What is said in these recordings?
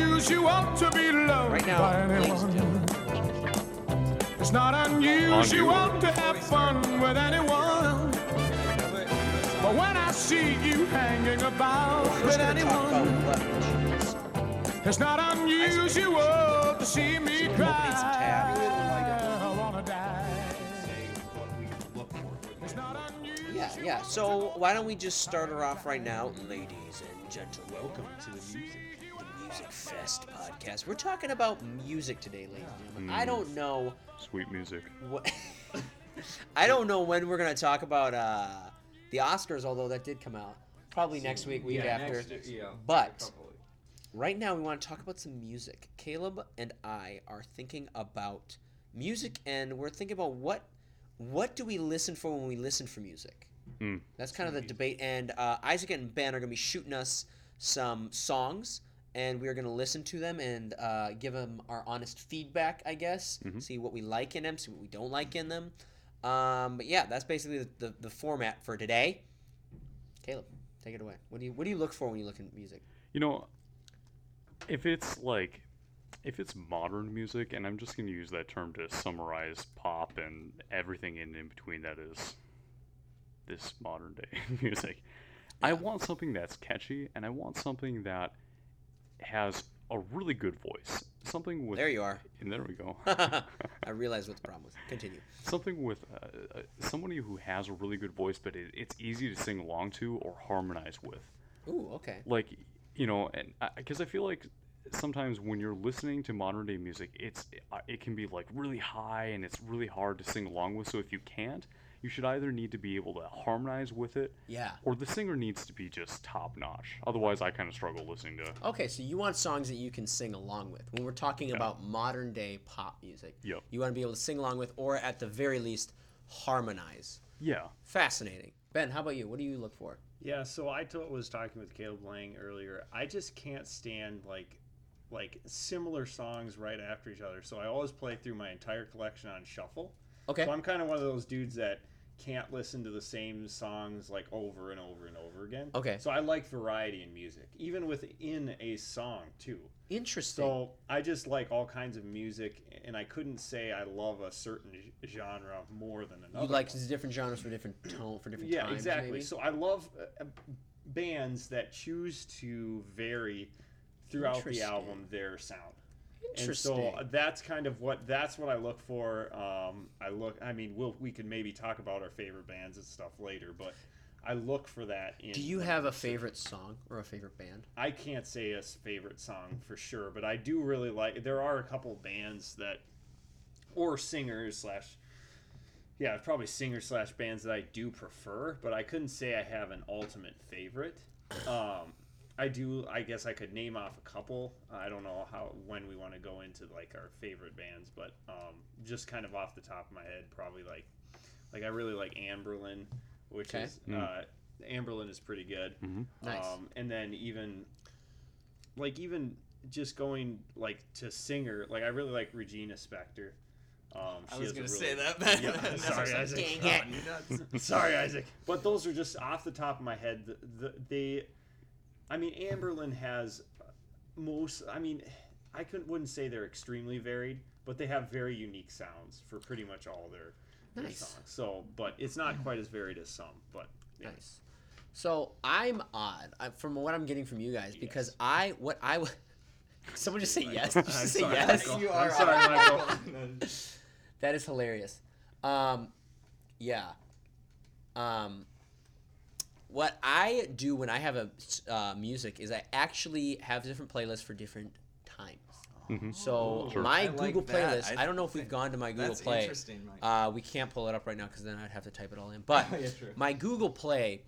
want to be loved Right now, by ladies and anyone. gentlemen. It's not unusual to have fun with anyone. But when I see you hanging about Let's with gonna talk about anyone, leverage. it's not unusual to see me opening some cry. tabs. I wanna die. It's not unusual. Yeah, yeah. So why don't we just start her off right now, ladies and gentlemen? Welcome to the music, the Music Fest podcast. We're talking about music today, ladies and gentlemen. I don't know Sweet music. what. I don't know when we're gonna talk about uh, the Oscars, although that did come out probably next week, week after. next- yeah, but probably. right now we want to talk about some music. Caleb and I are thinking about music, and we're thinking about what what do we listen for when we listen for music. Mm. That's kind of the debate. And uh, Isaac and Ben are going to be shooting us some songs, and we are going to listen to them and uh, give them our honest feedback, I guess. See what we like in them, see what we don't like in them. Um, but yeah, that's basically the, the, the format for today. Caleb, take it away. What do you what do you look for when you look at music? You know, if it's like, if it's modern music, and I'm just gonna use that term to summarize pop and everything in, in between that is this modern day music. I want something that's catchy, and I want something that has a really good voice. Something with There you are. And there we go. I realize what the problem was. Continue. something with uh, uh, somebody who has a really good voice, but it, it's easy to sing along to or harmonize with. Ooh, okay. like you know and because I, feel like sometimes when you're listening to modern day music it's uh, it can be like really high and it's really hard to sing along with so if you can't you should either need to be able to harmonize with it Yeah. or the singer needs to be just top notch otherwise i kind of struggle listening to Okay, so you want songs that you can sing along with. When we're talking about modern day pop music, Yep. you want to be able to sing along with, or at the very least, harmonize. yeah Fascinating. Ben, how about you? What do you look for? Yeah, so I t- was talking with Caleb Lang earlier. I just can't stand like like similar songs right after each other. So I always play through my entire collection on shuffle. Okay. So I'm kind of one of those dudes that can't listen to the same songs like over and over and over again. Okay. So I like variety in music, even within a song too. Interesting. So I just like all kinds of music, and I couldn't say I love a certain g- genre more than another. you like one. different genres for different tone for different yeah times. exactly maybe? so i love uh, uh, bands that choose to vary throughout the Interesting. album their sound and Interesting. so uh, that's kind of what that's what i look for um, i look i mean we'll, we can maybe talk about our favorite bands and stuff later but i look for that in do you have a favorite song or a favorite band? i can't say a s- favorite song for sure but i do really like there are a couple bands that or singers slash yeah probably singer slash bands that i do prefer but i couldn't say i have an ultimate favorite um i do i guess i could name off a couple i don't know how when we want to go into like our favorite bands but um just kind of off the top of my head probably like like i really like amberlin which Okay. is uh amberlin is pretty good Nice. um and then even like even just going like to singer like i really like regina Spektor. um she has a really- Ben. yeah, sorry, Isaac. Sorry, Isaac. But those are just off the top of my head. The, the, they, I mean, Amberlin has most. I mean, I couldn't wouldn't say they're extremely varied, but they have very unique sounds for pretty much all their, their Nice. songs. So, but it's not quite as varied as some. But yeah. Nice. So I'm odd I- from what I'm getting from you guys because I what I w- someone just say yes. Did you I'm just say sorry, yes. Michael. I'm sorry, Michael. That is hilarious. Um, yeah. Um, what I do when I have a uh, music is I actually have different playlists for different times. So Sure. my I like Google that. playlist. I I, don't know if we've think gone to my Google that's Play. interesting, Mike. Uh, we can't pull it up right now because then I'd have to type it all in. But Yeah, true. my Google Play,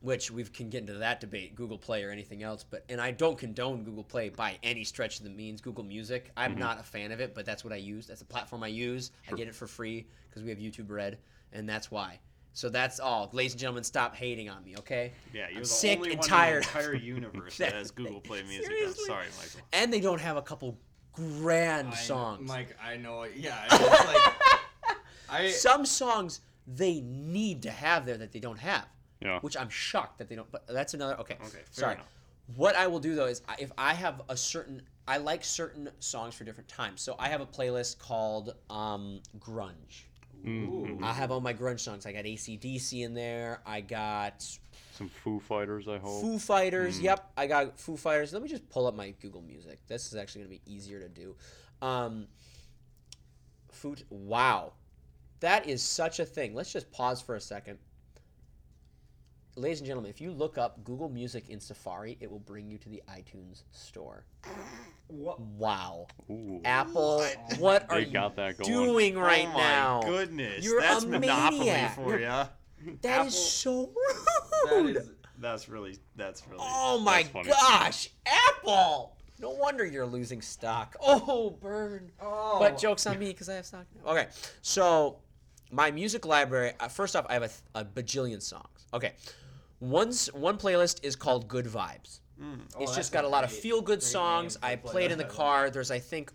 which we can get into that debate, Google Play or anything else. But and I don't condone Google Play by any stretch of the means. Google Music, I'm Mm-hmm. not a fan of it, but that's what I use. That's the platform I use. I get it for free because we have YouTube Red, and that's why. So that's all, ladies and gentlemen. Stop hating on me, okay? Yeah, you're I'm the sick only and one tired. in the entire universe that has Google Play Music. Seriously. I'm sorry, Michael. And they don't have a couple grand I- songs. Mike, I know. it. Yeah, I- it's like I. Some songs they need to have there that they don't have. Yeah. Which I'm shocked that they don't. But that's another. Okay. fair sorry. enough. What I will do though is I- if I have a certain I like certain songs for different times. So I have a playlist called um, grunge. Mhm. I have all my grunge songs. I got ACDC in there. I got Some Foo Fighters, I hope. Foo Fighters. Yep, I got Foo Fighters. Let me just pull up my Google Music. This is actually going to be easier to do. Um, Foo. Wow, that is such a thing. Let's just pause for a second. Ladies and gentlemen, if you look up Google Music in Safari, it will bring you to the iTunes store. Wow. Ooh. Apple, what They are got you that going. doing right oh my now? goodness, You're that's a monopoly maniac. for you. That is so That rude. is that's really that's really. Oh my That's funny. gosh, Apple! No wonder you're losing stock. Oh, burn. Oh. But joke's on me because I have stock now. Okay, so my music library, uh, first off, I have a, th- a bajillion songs. Okay, One's, one playlist is called Good Vibes. Mm. Oh, it's just got a lot of feel good songs. I played in the car. There's, I think,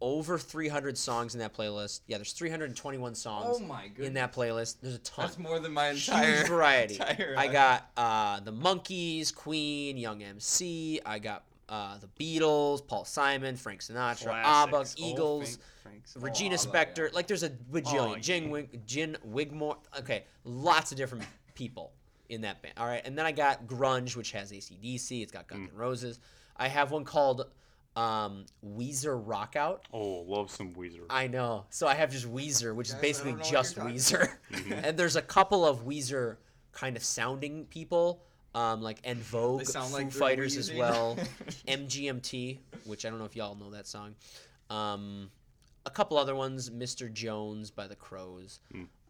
over 300 songs in that playlist. Yeah, there's 321 songs Oh my in that playlist. There's a ton That's more than my entire huge variety. entire I got uh, the Monkees, Queen, Young MC. I got uh, the Beatles, Paul Simon, Frank Sinatra, ABBA, Classics. Oh, Eagles, Frank- Frank's- Regina Oh, Spektor. yeah. Oh, Like there's a bajillion. yeah. Jin, Wig- Jin Wigmore. Okay, lots of different people in that band. All right, and then I got grunge, which has ACDC. It's got Mm. Guns N' Roses. I have one called um, Weezer Rockout. Oh, love some Weezer. I know. So I have just Weezer, which is Guys, I basically don't know what just you're talking Weezer. and there's a couple of Weezer kind of sounding people, um, like En Vogue, They sound Foo like they're Fighters as wheezing. well, MGMT, which I don't know if y'all know that song. Um, a couple other ones, Mr. Jones by the Crows,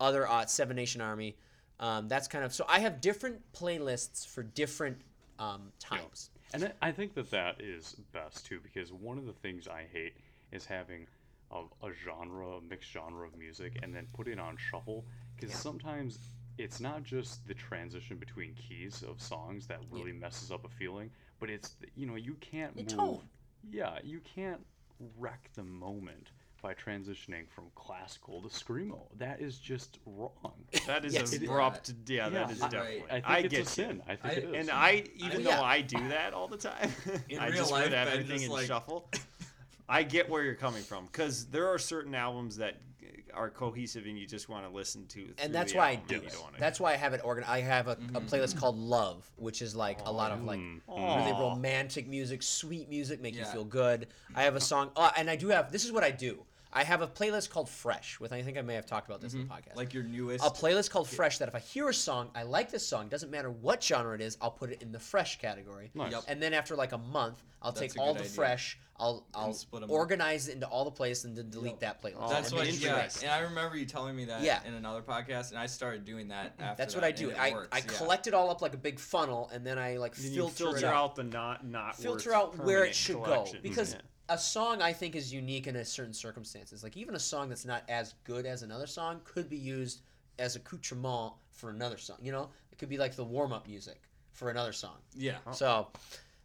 other uh, Seven Nation Army. Um, that's kind of so. I have different playlists for different um, times. And I- I think that that is best too, because one of the things I hate is having a, a genre, a mixed genre of music, and then put it on shuffle. Because sometimes it's not just the transition between keys of songs that really messes up a feeling, but it's th- you know you can't move. tone. Yeah, you can't wreck the moment by transitioning from classical to screamo. That is just wrong. That is Yes. abrupt. Yeah, that Yeah, is I- definitely. I think I, it's get a sin. you. I think I- it is. And I, even Uh, yeah. though I do that all the time, In I real just life, put Ben everything just, in like- shuffle. I get where you're coming from because there are certain albums that are cohesive and you just want to listen to. through and that's the why I album do and you it. don't wanna- That's why I have it organ. I have a, Mm-hmm. a playlist called Love, which is like a lot of like really Aw. romantic music, sweet music, make you Yeah. feel good. I have a song, oh, and I do have. This is what I do. I have a playlist called Fresh. With I think I may have talked about this in the podcast. Mm-hmm. like your newest. a playlist called Fresh that if I hear a song, I like this song, doesn't matter what genre it is, I'll put it in the Fresh category. Nice. Yep. And then after like a month, I'll That's take a all good the idea. Fresh. I'll I'll split 'em up. organize it into all the playlists and then delete Yep. that playlist. That's Oh, And what. then- Yeah, and I remember you telling me that Yeah. Mm-hmm. in another podcast, and I started doing that after. That's what that, I do. and it I, works, I yeah. collect it all up like a big funnel, and then I like Then filter, you it filter out, out the not not filter worth out where it permanent should collection. Mm-hmm. go because Yeah. a song I think is unique in a certain circumstances. Like even a song that's not as good as another song could be used as accoutrement for another song. You know, it could be like the warm up music for another song. Yeah. Oh. So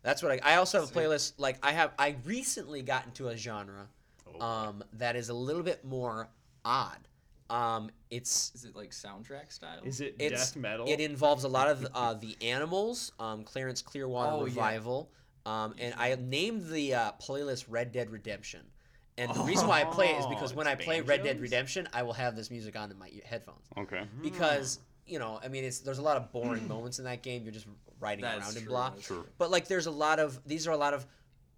that's what I. I also have a playlist. Like I have, I recently got into a genre Oh. um, that is a little bit more odd. Um, it's Is it like soundtrack style? is it it's death metal? It involves a lot of uh, the animals, um, Clarence Clearwater Oh, yeah. Revival, um, and I named the uh, playlist Red Dead Redemption. And the reason why I play it is Oh, because when I it's play Red Dead banjos? Redemption, I will have this music on in my ear- headphones Okay. Mm. because you know, I mean, it's there's a lot of boring moments in that game. You're just riding That is around and true, blah. that is Sure. true. But like, there's a lot of these are a lot of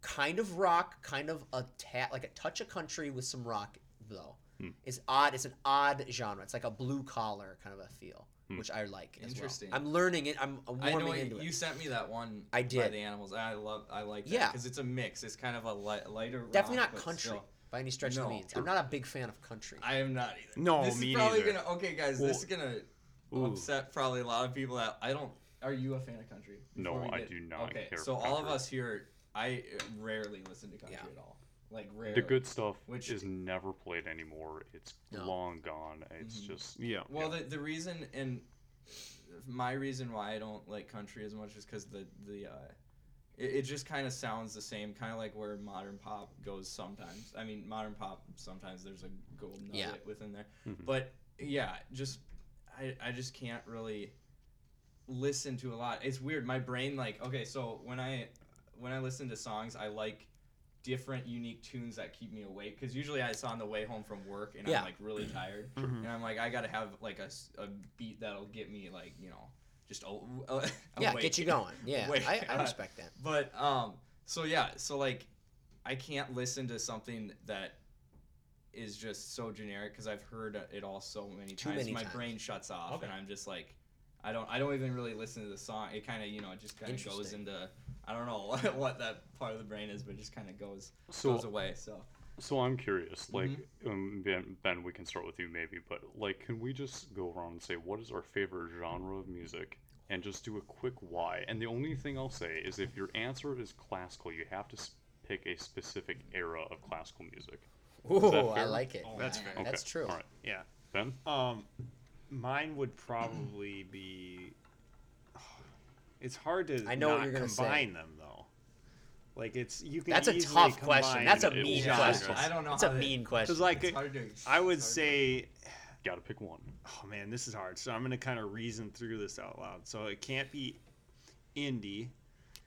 kind of rock, kind of a ta- like a touch of country with some rock though. Hmm. It's odd. It's an odd genre. It's like a blue collar kind of a feel, Hmm. which I like. as well. Interesting. I'm learning it. I'm I'm I warming know what into you, it. you sent me that one. I By did. the animals. I love. I like. That, Yeah. Because it's a mix. It's kind of a light, lighter. Definitely rock, not but country still- by any stretch of No. the means. I'm not a big fan of country. I am not either. No, this me is probably neither. gonna. Okay, guys, this is gonna Ooh. upset probably a lot of people. That I don't. Are you a fan of country? No, Before we I get- do not Okay, care so for all of country. us here, I rarely listen to country Yeah. at all. Like rarely. The good stuff Which- is never played anymore. It's No. long gone. It's just yeah. Well, the, the reason and my reason why I don't like country as much is because the the uh, it, it just kind of sounds the same, kind of like where modern pop goes sometimes. I mean, modern pop sometimes there's a gold nugget Yeah. within there, Mm-hmm. but yeah, just I I just can't really listen to a lot. It's weird. My brain like okay, so when I when I listen to songs, I like different unique tunes that keep me awake because usually i saw on the way home from work and Yeah. i'm like really tired and i'm like i gotta have like a, s- a beat that'll get me like you know just a, a, yeah, awake. get you going. Yeah, Wait, I, I uh, respect that. But um, so yeah, so like, I can't listen to something that is just so generic because I've heard it all so many Too times. many My times. brain shuts off, Okay. and I'm just like, I don't, I don't even really listen to the song. It kind of, you know, it just kind of goes Interesting. into, I don't know what, what that part of the brain is, but it just kind of goes So- goes away. So So I'm curious, like um, ben, ben, we can start with you maybe, but like, can we just go around and say what is our favorite genre of music, and just do a quick why? And the only thing I'll say is if your answer is classical, you have to s- pick a specific era of classical music. Ooh, that I fair? like Oh, it. That's Yeah, fair. Okay, That's true. All right, Yeah. Ben. Um, mine would probably be. It's hard to I know what not you're gonna say. combine them though. Like it's you can. That's a easily tough question. combine That's a it mean was genres. question. I don't know That's how a to- mean question. 'Cause, like it's hard to. I would it's hard to- say, Got to pick one. oh man, this is hard. So I'm gonna kind of reason through this out loud. So it can't be indie,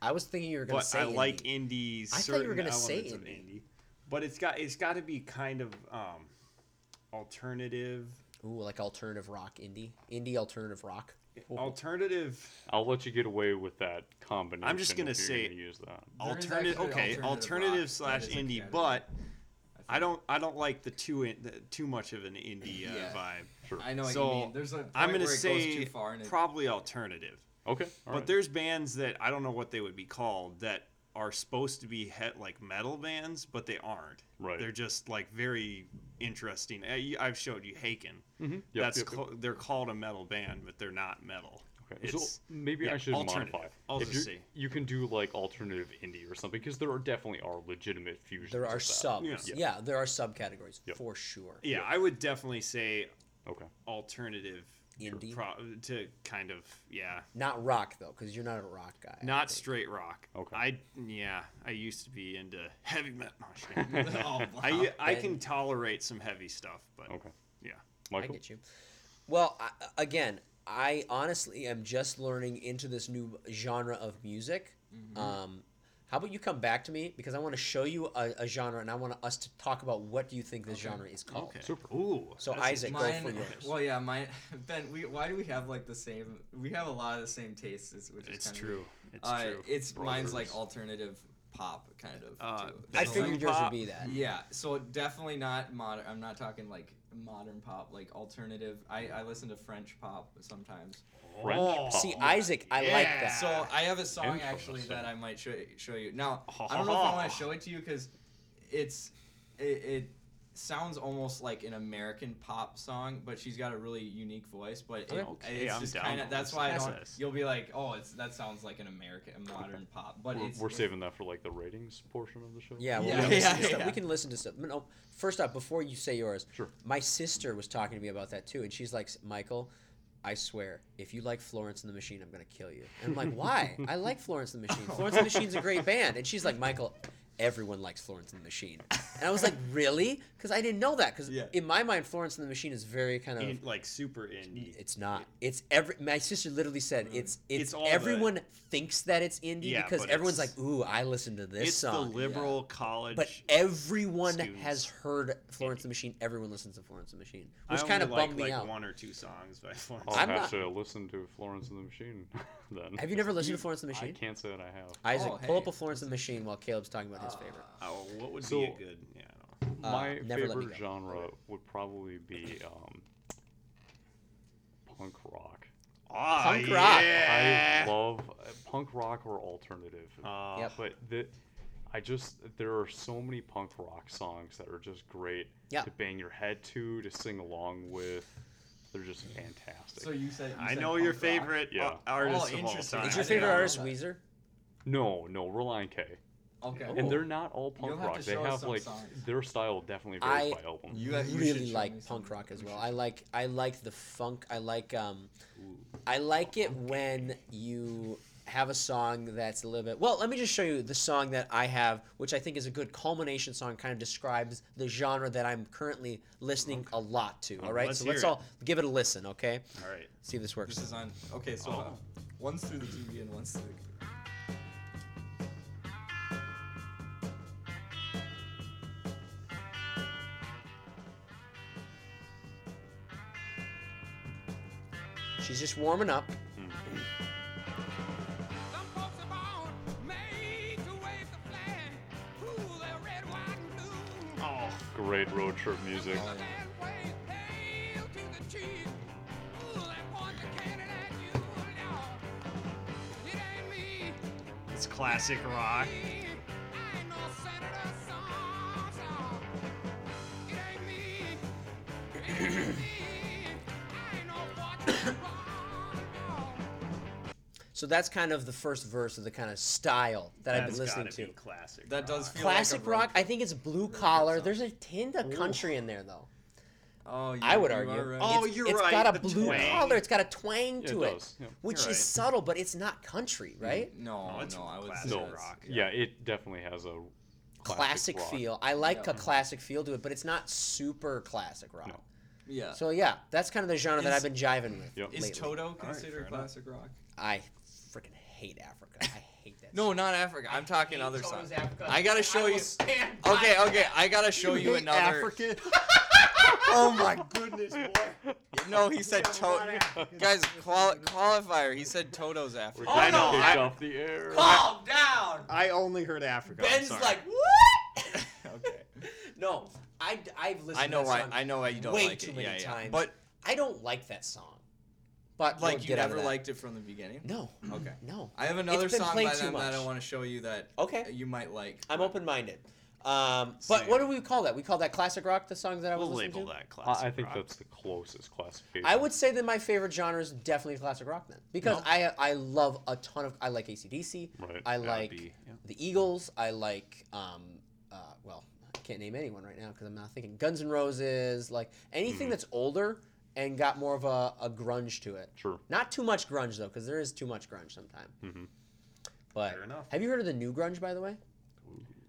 I was thinking you were going to but say I like indie. indie. I thought you were certain gonna say elements of indie. indie, but it's got it's got to be kind of um, alternative, Ooh, like alternative rock, indie, indie alternative rock. alternative. I'll let you get away with that combination. I'm just gonna if you're say- gonna use that. There is alternative actually okay alternative alternative, rock. slash That is a indie category, but I, think. don't i don't like the too in, the, too much of an indie uh, Yeah. vibe Sure. I know what so you mean. There's a point i'm where gonna it say goes too far, and it, probably alternative Okay. all but right. there's bands that i don't know what they would be called that are supposed to be he- like metal bands but they aren't Right. they're just like very interesting Uh, you- i've showed you haken Mm-hmm. Mhm, yep, that's yep, yep. cl- they're called a metal band but they're not metal Okay, so It's- maybe yeah, I should alternative. modify. I'll If just you're- say. you can do like alternative indie or something because there are definitely are legitimate fusions. There of are that. subs. Yeah. Yeah. there are subcategories Yep. for sure. yeah i would definitely say Okay. alternative Indie? pro- to kind of yeah Not rock though, because you're not a rock guy. I not think. straight rock Okay. i yeah i used to be into heavy metal oh, wow. I, I Ben. can tolerate some heavy stuff but Okay. yeah I Michael. get you. Well, I, again, I honestly am just learning into this new genre of music. Mm-hmm. Um, how about you come back to me because I want to show you a, a genre and I want us to talk about what do you think this genre is called. Super. ooh So that's- Isaac, go for Mine, yours. well, yeah, mine. Ben, we why do we have like the same? We have a lot of the same tastes, is- which it's is kinda true weird. it's uh, true It's mine's like Brothers. alternative pop kind of. Uh, too. I So, Like figured yours would pop. be that. like, yeah, so definitely not modern. I'm not talking like modern pop, like alternative. I I listen to French pop sometimes. French Oh. pop. See, Isaac, I like Yeah. that. So I have a song actually Interesting. that I might show, show you. Now I don't know if I want to show it to you because it's it, it sounds almost like an American pop song, but she's got a really unique voice. But it, Okay, it's I'm just down kind on of that's this. why I That's don't. nice. You'll be like, oh, it's that sounds like an American a modern pop, but We're, it's we're it's- saving that for like the ratings portion of the show. Yeah, well, Yeah, we, can yeah, listen to stuff. yeah. we can listen to stuff. No, first off, before you say yours, Sure. my sister was talking to me about that too, and she's like, Michael, I swear, if you like Florence and the Machine, I'm going to kill you. And I'm like, why? I like Florence and the Machine. Florence and the Machine's a great band. And she's like, Michael, everyone likes Florence and the Machine. And I was like, really? Because I didn't know that. Because Yeah. in my mind, Florence and the Machine is very kind of. In- like super indie It's not. It's every. My sister literally said it's. It's, Mm. It's all the- everyone thinks that it's indie Yeah, because but everyone's like, it's- "Ooh, I listened to this it's the song." liberal college But everyone students. has heard Florence and the Machine. Everyone listens to Florence and the Machine, I which only kind of like, bummed me like out. Oh. one or two songs by Florence I'll I'm have not- to listen to Florence and the Machine then. Have you never listened You- to Florence and the I Machine? can't say that I have. Isaac, Oh, pull hey. up a Florence and the Machine while Caleb's talking about his favorite. oh, what would So- be a good yeah I don't know. My Uh, Never Let Me favorite Go. genre would probably be um, punk rock. Ah, Punk rock. yeah. I love uh, punk rock or alternative. Eh. Uh, Yep. but the, I just there are so many punk rock songs that are just great Yeah. to bang your head to, to sing along with. They're just fantastic. So you said you I said know your punk rock. favorite Yeah. uh, artist Oh, of all interesting. time. Is I your didn't favorite know artist that. Weezer? no, no, Reliant K. Okay, And they're not all You'll punk have rock. to They show us have some like songs. their style definitely varies I- by album. You have- you should really show me like some. punk rock as well. I like I like the funk. I like um, I like it when you have a song that's a little bit. Well, let me just show you the song that I have, which I think is a good culmination song. Kind of describes the genre that I'm currently listening a lot to. All right, let's so let's hear it. all give it a listen. Okay, All right. see if this works. This is on. Okay, Oh. so uh, one's through the TV and one's through. the- She's just warming up. Some folks are born made to wave the flag, pull their red, white, and blue. Oh, great road trip music. Oh, Look that way, hail to the chief. Pull that point the cannon at you. No, it ain't me. It's classic rock. I ain't no senator, son, son. It ain't me. It ain't me. I ain't no fortune teller, no. So that's kind of the first verse of the kind of style that I've been That's listening gotta to. be classic. That does rock. feel like a Classic rock. I think it's blue collar. There's a hint of country in there though. Oh, you, I would you argue. Are right. Oh, It's- you're it's right, got a the blue twang. collar. It's got a twang Yeah, it to it, does. Yeah, Mm-hmm. which is you're right. subtle, but it's not country, right? no, No, Oh, it's no, I would classic say No, that's- rock. yeah, it definitely has a Classic, rock. feel. I like a classic feel to it, but it's not super classic rock. No. Yeah. So yeah, that's kind of the genre that Is- I've been jiving with Yep. Is lately. Toto fair considered enough. classic rock? I freaking hate Africa. I hate that. No, song. not Africa. I'm talking hate other Toto's songs. Africa. I gotta I show will you. stand by Okay, okay. I gotta show you, hate another. Africa? Oh my Goodness, boy. No, he said Yeah, we're Toto. not Guys, quali- qualifier. He said Toto's We're Africa. Oh, getting no, kicked I- off the air. Calm down. I only heard Africa. I'm Ben's sorry. like what? okay. no, I I've listened. I know to that why. song I know why you don't way like too it. many yeah, yeah. times. But I don't like that song. But we'll like, you get out of never that. liked it from the beginning. No. Okay. No. I have another been song played by too them that I Uh, much. want to show you that Okay. you might like. I'm open minded. Um, but what do we call that? We call that classic rock. The songs that I was we'll listening label to. that classic. I, I think rock. that's the closest classification. I would say that my favorite genre is definitely classic rock then, because I I love a ton of I like ACDC, Right, I that would like be- yeah. the Eagles, I like um uh well I can't name anyone right now because I'm not thinking Guns N' Roses, like Mm-hmm. anything that's older and got more of a, a grunge to it. Sure. Not too much grunge though, because there is too much grunge sometimes. Mhm. But Fair enough. have you heard of the new grunge by the way?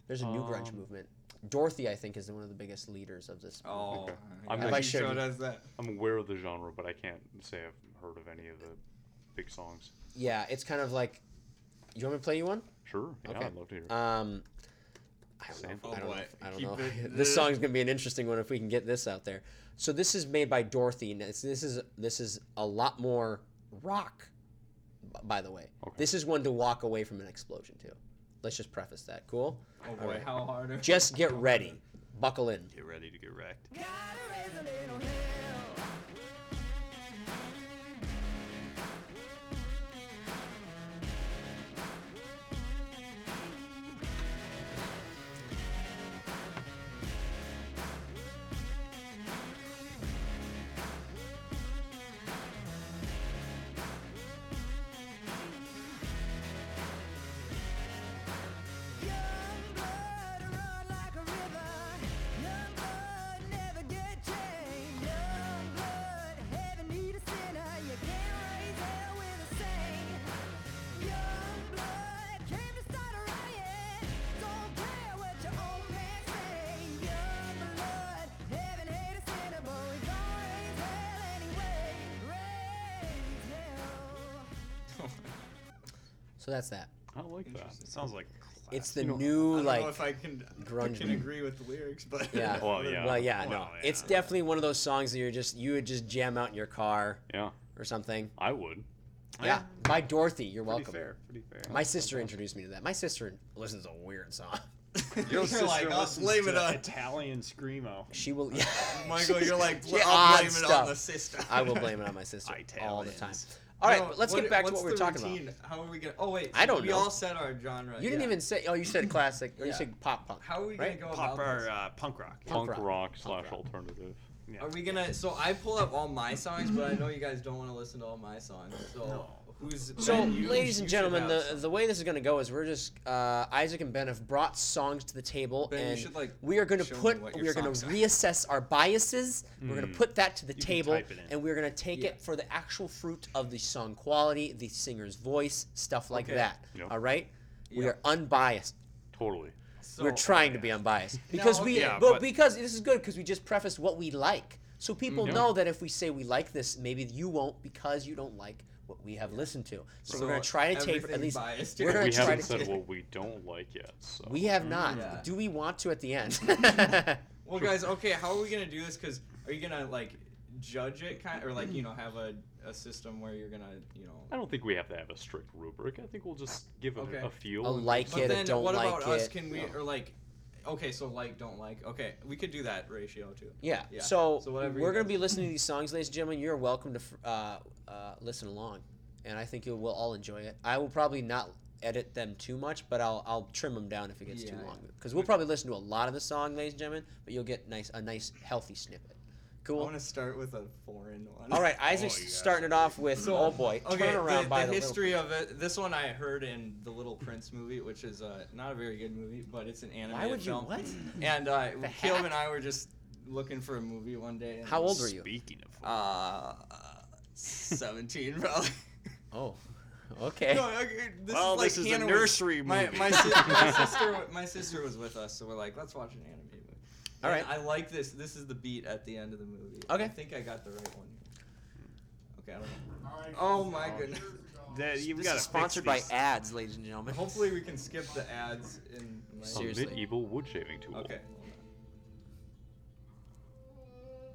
There's a new grunge Um, movement. Dorothy, I think, is one of the biggest leaders of this. movement. Oh, Okay. I'm I'm glad gonna- you showed us that. I'm aware of the genre, but I can't say I've heard of any of the big songs. Yeah, it's kind of like. You want me to play you one? Sure. Yeah, Okay. I'd love to hear. it. Um, I don't know. if- Sample. I don't know. Oh, if- boy. I don't Keep know. it- This song's gonna be an interesting one if we can get this out there. So this is made by Dorothy. and it's- This is this is a lot more rock, b- by the way. Okay. This is one to walk away from an explosion to. Let's just preface that. Cool. Oh boy, how hard? are- Just get ready. Buckle in. Get ready to get wrecked. So that's that. I like that. It sounds like classic. It's the new I don't like. know if I can grunge can band. agree with the lyrics, but Yeah. Well, yeah. Well, yeah, no, Well, it's yeah. definitely one of those songs that you're just you would just jam out in your car Yeah, or something. I would. Yeah, by Dorothy. You're pretty welcome. fair. Pretty fair. My sister introduced me to that. My sister listens to a weird song. you're like, I'll blame it on Italian screamo. She will. Yeah, Michael. You're like, She I'll odd blame it on stuff. the system. I will blame it on my sister all the time. Italians. All right, No, but let's get back to what we were what's talking the about. routine? How are we gonna? Oh wait, I don't we know. all said our genre. You didn't yeah. even say. Oh, you said classic, or you Yeah. said pop punk. How are we right? gonna go Pop about or this? uh, punk rock. Punk Punk, rock. rock Punk slash rock. alternative. Yeah. Are we gonna? So I pull up all my songs, but I know you guys don't want to listen to all my songs. So who's? So, Ben, you- ladies you and should gentlemen, have the some. the way this is going to go is we're just uh, Isaac and Ben have brought songs to the table, Ben, you and should, like, we are going to show me put what we your are going songs to are. Mm. reassess our biases. We're going to put that to the can table, type it in. and we're going to take it for the actual fruit of the song quality, the singer's voice, stuff like Okay. that. Yep. All right, we Yeah. are unbiased. Totally. so- we're trying to be unbiased because we, okay. Yeah, but, but- because this is good because we just prefaced what we like, so people Mm-hmm. know that if we say we like this, maybe you won't because you don't like what we have listened to. So, we're So gonna try to tape at everything's least. biased We're here. gonna We try haven't to. said Tape, what we don't like yet, so we have not. Yeah. Do we want to at the end? Well, guys, okay, how are we gonna do this? Cause are you gonna like judge it kind or like you know have a, a system where you're gonna you I know don't think we have to have a strict rubric. I think we'll just give them Okay. a feel. A and like just- but it or then don't what like about us it. can we No. or like okay so like don't like okay we could do that ratio too Yeah. Yeah. So, So whatever you we're going to guys- be listening to these songs, ladies and gentlemen. You're welcome to f- uh, uh, listen along, and I think you will all enjoy it. I will probably not edit them too much, but I'll I'll trim them down if it gets too Yeah, long because we'll probably listen to a lot of the song, ladies and gentlemen. But you'll get nice a nice healthy snippet. I Cool. want to start with a foreign one All right, Isaac's Oh, you guys starting it are off with So- "Oh boy, Okay, turn around the, by the the, Little history of it. This one I heard in the Little Prince movie, which is uh, not a very good movie, but it's an animated Why would you film. what? And uh, The Caleb Hat? and I were just looking for a movie one day. And How old were you? Speaking of, Uh, seventeen probably. Oh, okay. No, I- this Well, is like this is a Hannah nursery was, my- movie. My, si- my sister, my sister was with us, so we're like, let's watch an anime movie. All And right. I like this. This is the beat at the end of the movie. Okay. I think I got the right one. Here. Okay, I don't know. Oh my goodness. that you've this got is sponsored by ads, ladies and gentlemen. Hopefully we can skip the ads in my a Seriously. medieval wood shaving tool. Okay.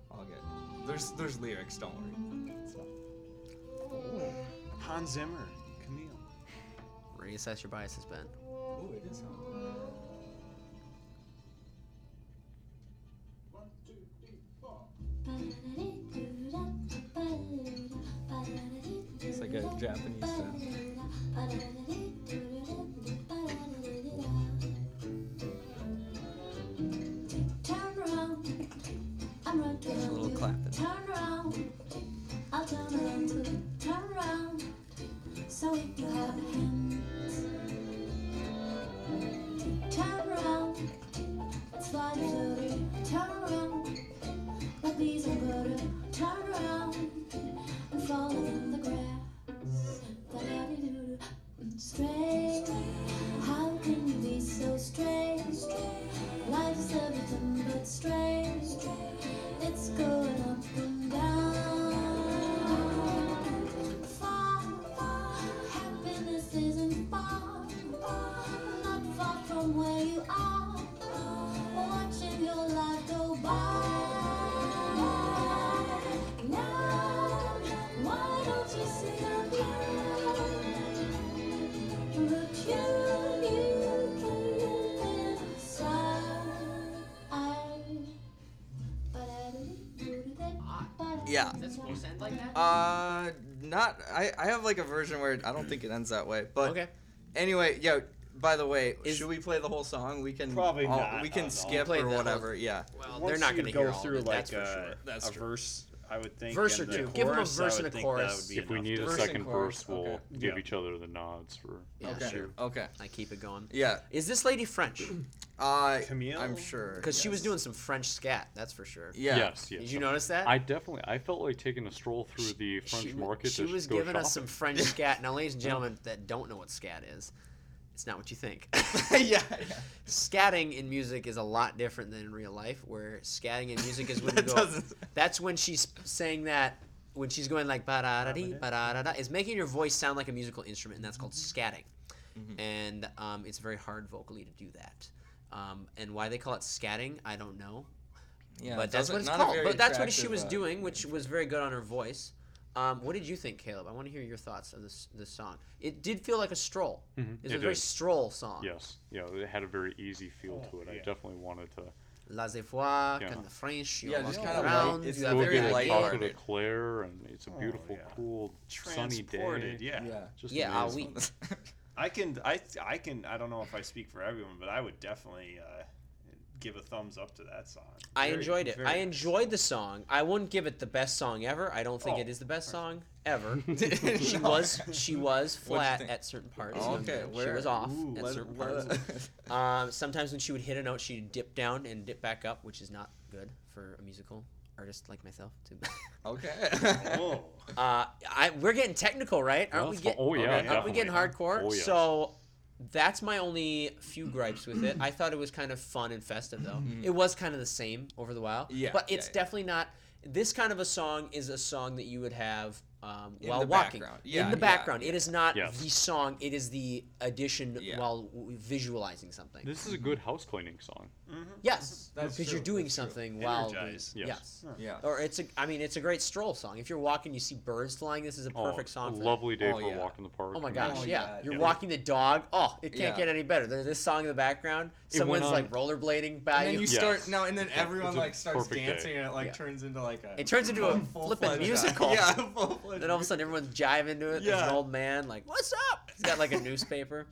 I'll get. There's there's lyrics. Don't worry. It's fine. Hans Zimmer, Camille. reassess your biases, Ben. Ooh, it is. Hot. It's like a Japanese sound. Turn around, I'm right Just a around little you. clapping. Turn around, I'll turn around too. Turn around, so if you have hands. Turn around, it's flying flirty. Turn around, like bees and butter. Turn around, and fall in the grass. Da-da-dee-doo-doo. Strange, how can you be so strange? Life's everything but strange. It's going up and down. Far, far, happiness isn't far, not far from where you are. Watching your life go by. Now, why don't you sing out loud? Yeah. Is that supposed to end like that? Uh, not. I I have like a version where I don't think it ends that way. But Okay. anyway, yeah. By the way, Is- should we play the whole song? We can Probably all- not, We uh, can no. skip Play or the whole- whatever. Yeah. Well, Once they're not you going to go hear all through of it, like that's a, for sure. That's a true. verse, I would think. Verse and or the two. Give 'em a chorus, I verse would and a think chorus. That would be If we enough. need a Verse and second chorus, verse, we'll okay. give Yeah. each other the nods for. Yeah, okay. sure. Okay. I keep it going. Yeah. Is this lady French? Uh, Camille? I'm sure. Because she was yes. doing some French scat, that's for sure. Yeah. Yes, yes. Did you notice that? I definitely. I felt like taking a stroll through the French she, wa- market. She to was go giving shopping. us some French scat. Now, ladies and gentlemen that don't know what scat is, it's not what you think. yeah. Scatting in music is a lot different than in real life, where scatting in music is when you That go. doesn't- That's when she's saying that when she's going like ba da da dee ba da da da. It's making your voice sound like a musical instrument, and that's called Mm-hmm. scatting. And um, it's very hard vocally to do that. Um, and why they call it scatting, I don't know. Yeah. but that's doesn't- what it's not a called. very But that's what she attractive, was uh, doing, which was very good on her voice. Um, what did you think, Caleb? I want to hear your thoughts on this this song. It did feel like a stroll. It's Mm-hmm. It a very did. stroll song. Yes, yeah. It had a very easy feel Oh, to it. I yeah. definitely wanted to. Laissez voir, Yeah. kind of French. You Yeah, walk just kinda light. around. It's you a have We'll very get a light talk hearted. to Claire, and it's a Oh, beautiful, yeah. cool, sunny day. Transported, yeah. Yeah. Just Yeah, ah, amazing. oui. I can, I, I can, I don't know if I speak for everyone, but I would definitely uh, give a thumbs up to that song. I Very- enjoyed it. very I nice. enjoyed the song. I wouldn't give it the best song ever. I don't think Oh, it is the best song ever. she No. was she was What'd you flat think? at certain parts. Oh, okay, she where- was off ooh, at let- certain let- parts. Um, sometimes when she would hit a note, she'd dip down and dip back up, which is not good for a musical artist like myself. To okay. Whoa. uh, I we're getting technical, right? Aren't we That's getting? fu- oh, yeah, aren't definitely. we getting hardcore? Oh, yes. So that's my only few gripes with it. I thought it was kind of fun and festive though. it was kind of the same over the while. Mm-hmm. Yeah, But yeah, it's yeah. definitely not. This kind of a song is a song that you would have um, In while the walking background. Yeah, in yeah, the background. yeah. It is not Yes. the song. It is the addition Yeah. while w- visualizing something. This is a good house cleaning song. Yes, That's because true, you're doing that's true. something while the- Energize, yes. yes. Yeah. Or it's a, I mean, it's a great stroll song. If you're walking, you see birds flying. This is a Oh, perfect song. For that. Lovely day Oh, for yeah. a walk in the park. Oh my I mean, gosh, Oh, yeah. yeah, You're yeah. walking the dog. Oh, it can't Yeah. get any better. There's this song in the background. It went Someone's like on- rollerblading by And then you you. Yes. start now, and then It's a- everyone it's a like starts perfect day. dancing, and it like Yeah. turns into like a. It turns into a full-fledged- flippin' musical. Yeah, full-fledged Then all of a musical. sudden everyone's jiving to it. There's an Yeah. old man like, "What's up?" He's got like a newspaper.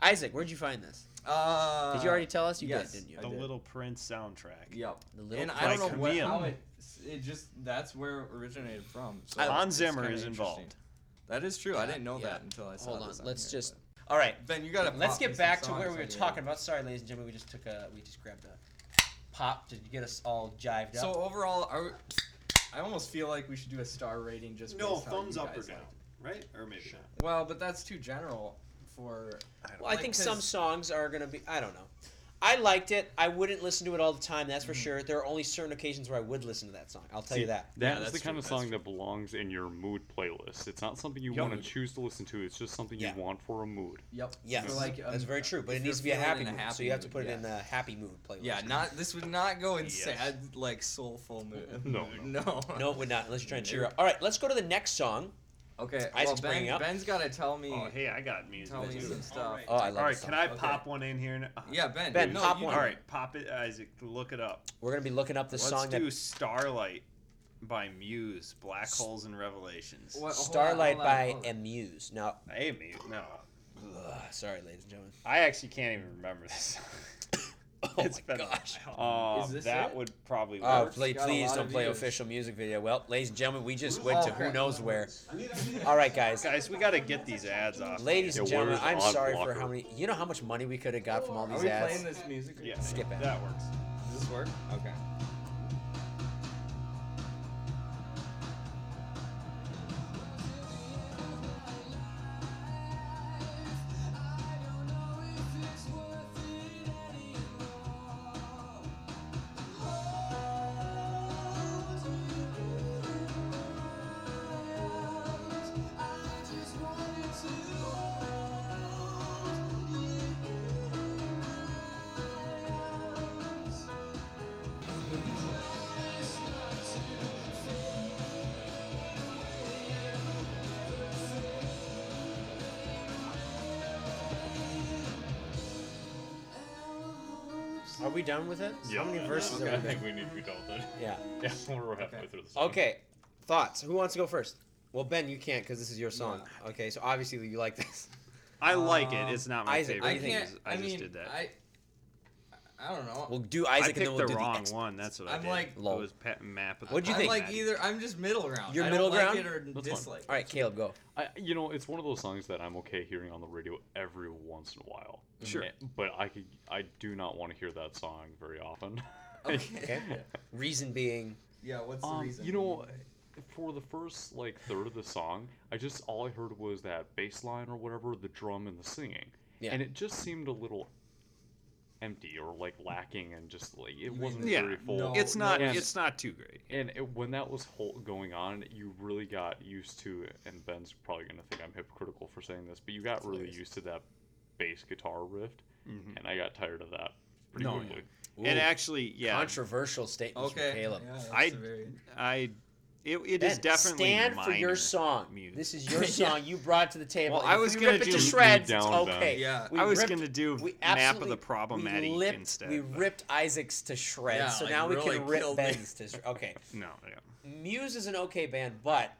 Isaac, where'd you find this? Uh, Did you already tell us? You yes, did, didn't you? I The did. Little Prince soundtrack. Yep. The little and By I don't know what, Camille. how it. It just that's where it originated from. So I- it's- Hans it's Zimmer kinda is involved. interesting. That is true. I Yeah, didn't know yeah. that until I saw Hold on. this Let's here, just. but- All right. Ben, you gotta. Let's pop me get some back to songs where we I were need. talking about. Sorry, ladies and gentlemen, we just took a, we just grabbed a pop to get us all jived up. So overall, are we, I almost feel like we should do a star rating just. No, based how thumbs you up or guys down, liked right? Or maybe not. it. Well, but that's too general for. Well, I Like, think 'cause- some songs are gonna be. I don't know. I liked it. I wouldn't listen to it all the time. That's for Mm-hmm. sure. There are only certain occasions where I would listen to that song. I'll tell See, you that. Yeah, That is the that's kind true, of that's song true. that belongs in your mood playlist. It's not something you Yeah. want to choose to listen to. It's just something Yeah. you want for a mood. Yep. Yes, for like, that's um, very true. But if it needs to be you're a feeling happy in mood, so you have to mood, put yeah. it in the happy mood playlist. Yeah, not this would not go in Yes. sad like soulful mood. No, no. No, it would not unless you're trying to cheer No. up. All right, let's go to the next song. Okay. Well, Isaac's bringing ben, up. Ben's gotta tell me. Oh, hey, I got music. Tell me too. some stuff. Oh, I love All right, this song. can I Okay. pop one in here? Now? Yeah, Ben. Ben, no, pop you one. do All it. right, pop it, Isaac. Look it up. We're gonna be looking up the Let's song do that Starlight by Muse, Black Holes and Revelations. What- hold on, "Starlight" hold on, by hold on. Amuse. Now, Hey, Muse. No, ugh, sorry, ladies and gentlemen. I actually can't even remember this. Oh It's my been a gosh. Um, Is this that it? would probably work. Oh, It's please, got a please lot don't of play views. official music video. Well, ladies and gentlemen, we just went to Oh, who crap. knows where. All right, guys. Guys, we got to get these ads off. Ladies and Yeah, where gentlemen, is I'm Odd sorry for Blocker? how many. You know how much money we could have got from all Are these we playing ads. this music? Yeah, Skip ad. That works. Does this work? Okay. Are we done with it? Yeah. How many verses Okay. are I we doing? think we need to be done with it. Yeah. Yeah, we're halfway Okay. through this. Okay. Thoughts? Who wants to go first? Well, Ben, you can't because this is your song. Okay, so obviously you like this. I like Um, it. It's not my Isaac, favorite. I thing. can't. is- I, I, just mean, did that. I. I don't know. We'll do Isaac I and picked then we'll the do wrong the. one. That's what I I'm did. like- it Lol. was pet map. at the What'd you I'm time. think? like either. I'm just middle ground. You're I middle don't ground? Like it or That's fine. dislike. All right, Caleb, go. I, you know, it's one of those songs that I'm okay hearing on the radio every once in a while. Sure. Eh, But I could, I do not want to hear that song very often. Okay. Okay. Reason being, Yeah. What's the Um, reason? you know, for the first like third of the song, I just all I heard was that bass line or whatever, the drum and the singing, Yeah. and it just seemed a little empty or like lacking and just like it mean wasn't the- yeah, very full. no. it's not. And- It's not too great. And it, when that was whole, going on, you really got used to. And Ben's probably gonna think I'm hypocritical for saying this, but you got really used to that bass guitar riff, and I got tired of that pretty No, quickly. And Ooh. actually, yeah, controversial statements Okay. from Caleb. Yeah, that's I- a very... I. It, it Ben, is definitely stand for your minor song. music. This is your song you brought to the table. Well, and I if was we gonna rip it do to Lead shreds. Down It's Down. okay. Yeah. We I was ripped- gonna do we map of absolutely- the problematic we lipped, instead. We but ripped Isaac's to shreds, Yeah, so like, now we really can rip killed me. Ben's to shreds. Okay, No, yeah. Muse is an okay band, but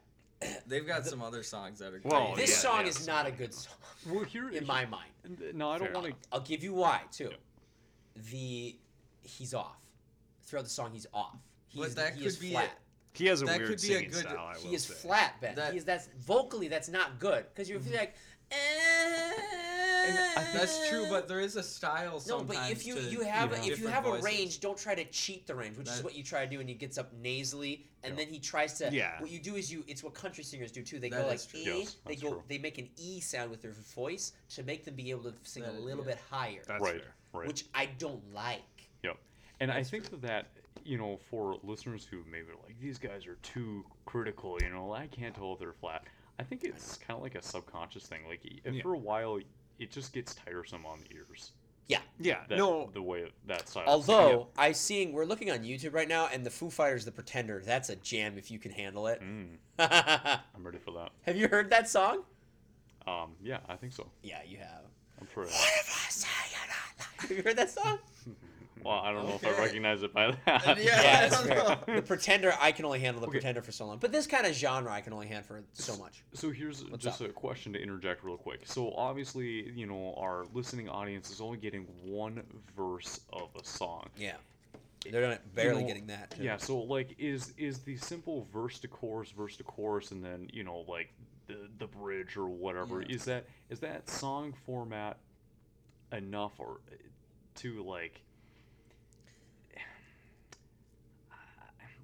They've got some other songs that are. Great. Well, Oh, this yeah, song yeah. is not a good song Well, here in my mind. no, I don't Fair want to. enough. I'll give you why too. The he's off throughout the song. He's off. He's, that he could is be flat. He has a That weird could be a singing good- style. I will he is say. flat, Ben. That- Mm-hmm. he is that's vocally that's not good because you're like. uh, That's true, but there is a style. No, Sometimes but if you to you have a, if you different have a voices. range, don't try to cheat the range, which is That- what you try to do. And he gets up nasally, and Yeah. then he tries to. Yeah. What you do is you. It's what country singers do too. They That go like is true. e. Yes, they that's go. true. They make an e sound with their voice to make them be able to sing That- a little yeah. bit higher, That's Right, fair. right. which I don't like. Yep. And I think that that, you know, for listeners who maybe are like, these guys are too critical, you know, I can't tell if they're flat. I think it's kind of like a subconscious thing. Like, y- Yeah. for a while, it just gets tiresome on the ears. Yeah. Yeah. That, no. the way that side. of things. Although I seeing we're looking on YouTube right now, and the Foo Fighters, "The Pretender," that's a jam if you can handle it. Mm, Have I'm ready for that. you heard that song? Um, yeah, I think so. Yeah, you have. I'm Have sure. you heard that song? Well, I don't know if Okay. I recognize it by Yeah, that. I that's don't fair. know. The Pretender, I can only handle the Okay. Pretender for so long. But this kind of genre, I can only handle for so much. So here's just up? a question to interject real quick. So obviously, you know, our listening audience is only getting one verse of a song. Yeah, they're not barely know, getting that. too. Yeah, so like is is the simple verse to chorus, verse to chorus and then, you know, like the the bridge or whatever, Yeah. is that is that song format enough or uh, to like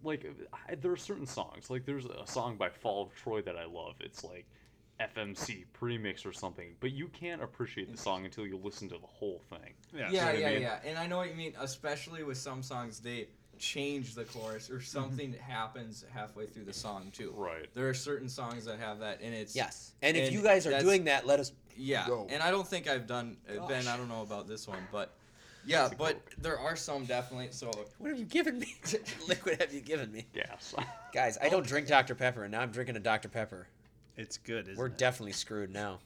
like I, there are certain songs like there's a song by fall of troy that i love it's like fmc premix or something but you can't appreciate the song until you listen to the whole thing Yeah. yeah, what I yeah, mean? yeah. And I know what you mean, especially with some songs, they change the chorus Mm-hmm. or something happens halfway through the song too. right There are certain songs that have that, and it's Yes, and if And you guys are that's- doing that, let us. yeah. Go. And I don't think I've done uh, Ben. I Gosh. don't know about this one, but yeah, That's a but there are some definitely. So What have you given me? Liquid have you given me? yes Guys, I don't drink Dr Pepper, and now I'm drinking a Dr Pepper. It's good. Isn't We're it? definitely screwed now.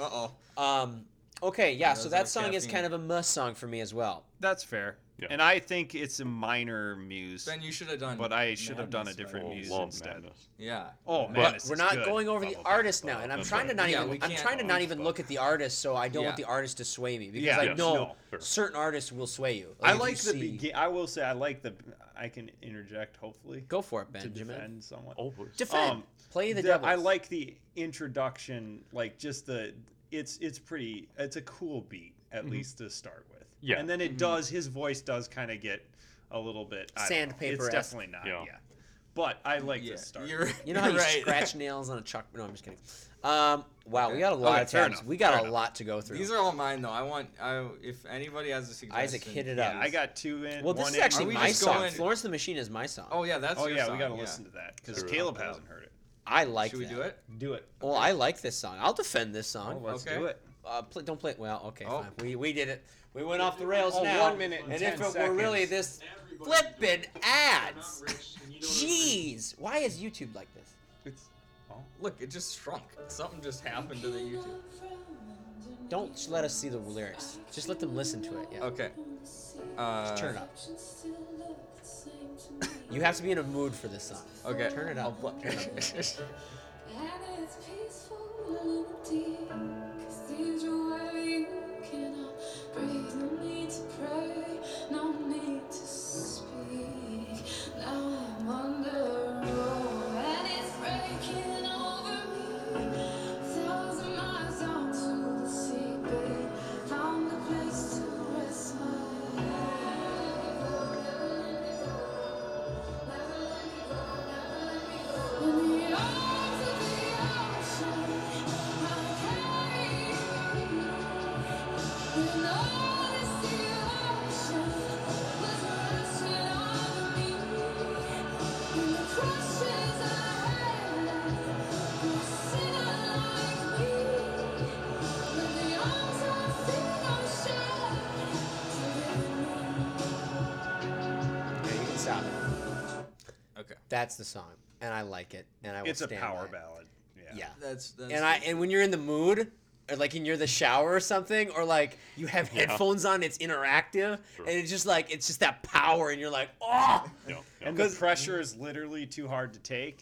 uh oh, Um. Okay, yeah. Yeah, so those that are song is caffeine. kind of a must song for me as well. That's fair. Yeah. And I think it's a minor muse. Ben, you should have done. But I should have done a Madness, right? different Well, muse Oh, love instead. madness Yeah. Oh, But man, But this we're is not good. going over the Blah, blah, artist blah, now, and I'm blah, trying to blah. not Yeah, we even. I'm can't trying to not always, even but- look at the artist, so I don't want Yeah. the artist to sway me because Yeah, I yes, know no, fair. certain artists will sway you. I if like you the see- begin. I will say I like the. I can interject hopefully Go for it, to Benjamin. defend someone. oh please. Defend. Um, Play the, The- devil. I like the introduction, like just the. It's it's pretty. It's a cool beat at least to start with. Mm-hmm. Yeah. And then Mm-hmm. it does. His voice does kind of get a little bit I don't know. It's Sandpaper-esque. definitely not. Yeah. Yeah. But I like yeah. to start. You're, You know how you you're right. scratch nails on a chalk? No, I'm just kidding. Um, wow, we Okay. got a lot Okay, of fair tabs. enough, We got fair a enough. lot to go through. These are all mine though. I want. I if anybody has a suggestion. Isaac, hit it yeah, up. I got two in. well, this one is in. Are actually we my just song. going- Florence and the Machine is my song. Oh yeah, that's. Oh your yeah, song, we gotta listen to that because Sure. Caleb hasn't heard it. I like Should we that. do it? Do it. Well, I like this song. I'll defend this Oh, song. let's Okay. do it. Uh, pl- don't play it. Well, okay, Oh. fine. We, we did it. We went off the rails Oh, now. one minute and And 10 if it were really this flippin' ads. Jeez, why is YouTube like this? It's oh, Look, it just shrunk. Something just happened to the YouTube. Don't let us see the lyrics. Just let them listen to it. Yeah. Okay. Uh, Turn it up. You have to be in a mood for this song. Okay. Turn it up. I'll- Turn it up. And it's peaceful in the deep cathedral where you cannot breathe. No need to pray, no need to speak. Now I wonder, oh, and it's breaking over me. Thousand miles out to the sea, babe. Found a place to rest my head. Never let me go, never let me go, never let me go. In the arms of the ocean, I'll carry you. When all is the ocean, was rushing over me. In the crashes I had, a sinner like me. In the arms of the ocean, Okay, you can stop it. Okay. That's the song, and I like it, and I. Will it's a stand power by it. ballad. Yeah. Yeah. That's. that's And I and when you're in the mood, or like in you're in the shower or something, or like you have Yeah. headphones on, it's interactive, Sure. and it's just like it's just that power, and you're like, oh, Yeah, yeah. And the pressure is literally too hard to take.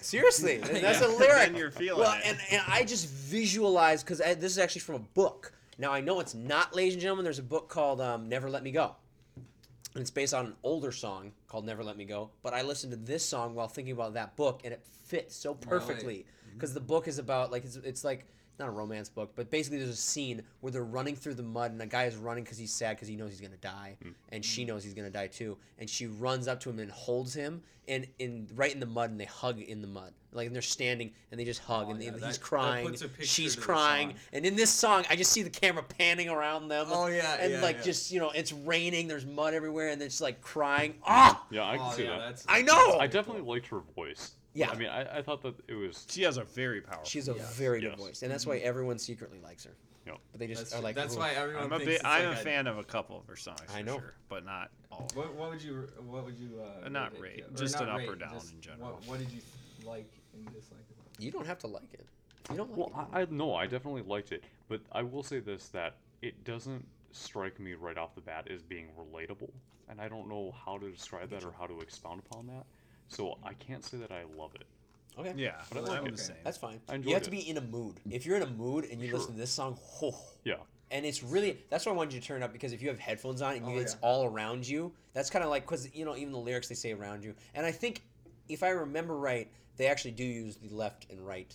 seriously, that's a Yeah. lyric. Then you're feeling well, it. and and I just visualize because this is actually from a book. Now I know it's not, ladies and gentlemen. There's a book called um, Never Let Me Go. And it's based on an older song called Never Let Me Go, but I listened to this song while thinking about that book and it fits so perfectly because the book is about like it's, it's like it's not a romance book, but basically there's a scene where they're running through the mud and a guy is running cuz he's sad cuz he knows he's going to die Mm. and she knows he's going to die too and she runs up to him and holds him and in right in the mud and they hug in the mud. Like and they're standing and they just hug Oh, and yeah, he's that- that crying, puts a picture she's to the crying. song. And in this song, I just see the camera panning around them Oh, yeah, and yeah, like yeah. just you know it's raining there's mud everywhere and it's like crying ah yeah i can Oh, see that yeah, that's, i know i definitely liked her voice Yeah, I mean, I, I thought that it was. She has a very powerful. she's a Yes. very good Yes. voice, and that's why everyone secretly likes her. Yep. But they just Mm-hmm. That's, are true. like. that's "Ooh." why everyone. I'm a thinks big, it's I'm like a fan of a couple of her songs. For I know. sure, but not all. What, what would you? What would you? Uh, Uh, not it, rate, Kyo? Or just not an up or rate, down just in general. What, what did you like and dislike? About it? You don't have to like it. You don't like Well, it. I, I no, I definitely liked it, but I will say this: that it doesn't strike me right off the bat as being relatable, and I don't know how to describe that or how to expound upon that. So I can't say that I love it. okay. Yeah, But I like I'm it. the same. That's fine. I You have enjoyed to it. be in a mood. If you're in a mood and you Sure. listen to this song, whoa. Yeah. And it's really that's why I wanted you to turn it up because if you have headphones on and you, Oh, it's yeah. all around you, that's kind of like because you know even the lyrics they say around you. And I think if I remember right, they actually do use the left and right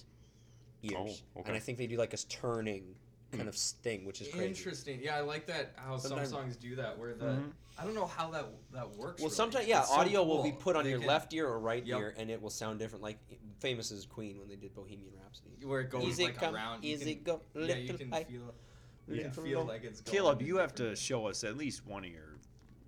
ears, Oh, and okay. I think they do like a turning kind of sting, which is crazy. Hmm. Interesting. Yeah, I like that. How Sometimes- some songs do that, where the Mhm. I don't know how that that works. Well, really. sometimes yeah, It's so audio will be cool. put on They your can- left ear or right Yep. ear, and it will sound different. Like famous as Queen when they did Bohemian Rhapsody. where it goes Easy like come, around. You easy can, go, Yeah, you little can I- feel. You Yeah. can feel like it's. Going Caleb, in you have to different- show us at least one of your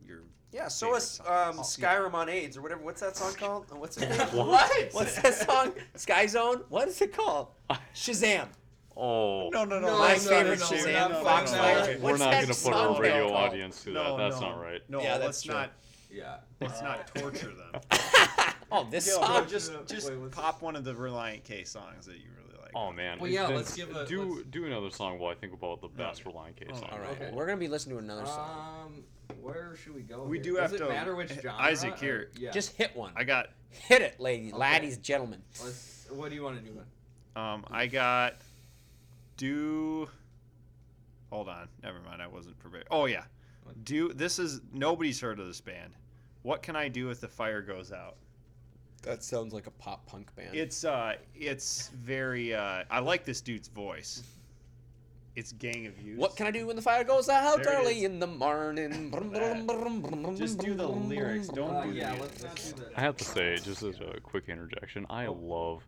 your. Yeah, so favorite is songs. um, Oh, Skyrim on AIDS or whatever. What's that song called? Uh, What's it called? What? What's that song? Sky Zone? What is it called? Shazam. Oh, No, no, no. No, My no, favorite no, Shazam. no, no, no, Foxfire. no, okay. we're What's not that gonna put song our radio called? audience through No, that. That's no. not right. No, Yeah, that's let's true. not Yeah. let's not torture them. Oh, this Yo, song. bro, just uh, Wait, just what's- pop one of the Reliant K songs that you really like. Oh man. Well, yeah, then let's give a- do let's- do another song while I think about the best Okay. Uh, Reliant K Oh, song. All right, Okay. we're gonna be listening to another song. Um, where should we go? We here? do Does have it to- matter which genre. Isaac, or- here. Yeah. Just hit one. I got Hit it, ladies, laddies, gentlemen. Let's, what do you want to do? man? um I got do Hold on. Never mind. I wasn't prepared. Oh yeah. Do this is nobody's heard of this band. What can I do if the fire goes out? That sounds like a pop punk band. It's uh it's very uh I like this dude's voice. It's Gang of Youth. what can I do when the fire goes out There it early is. in the morning? That. Just do the lyrics. Don't Uh, do the yeah, music. let's not do I that. have to say, just as a quick interjection, I love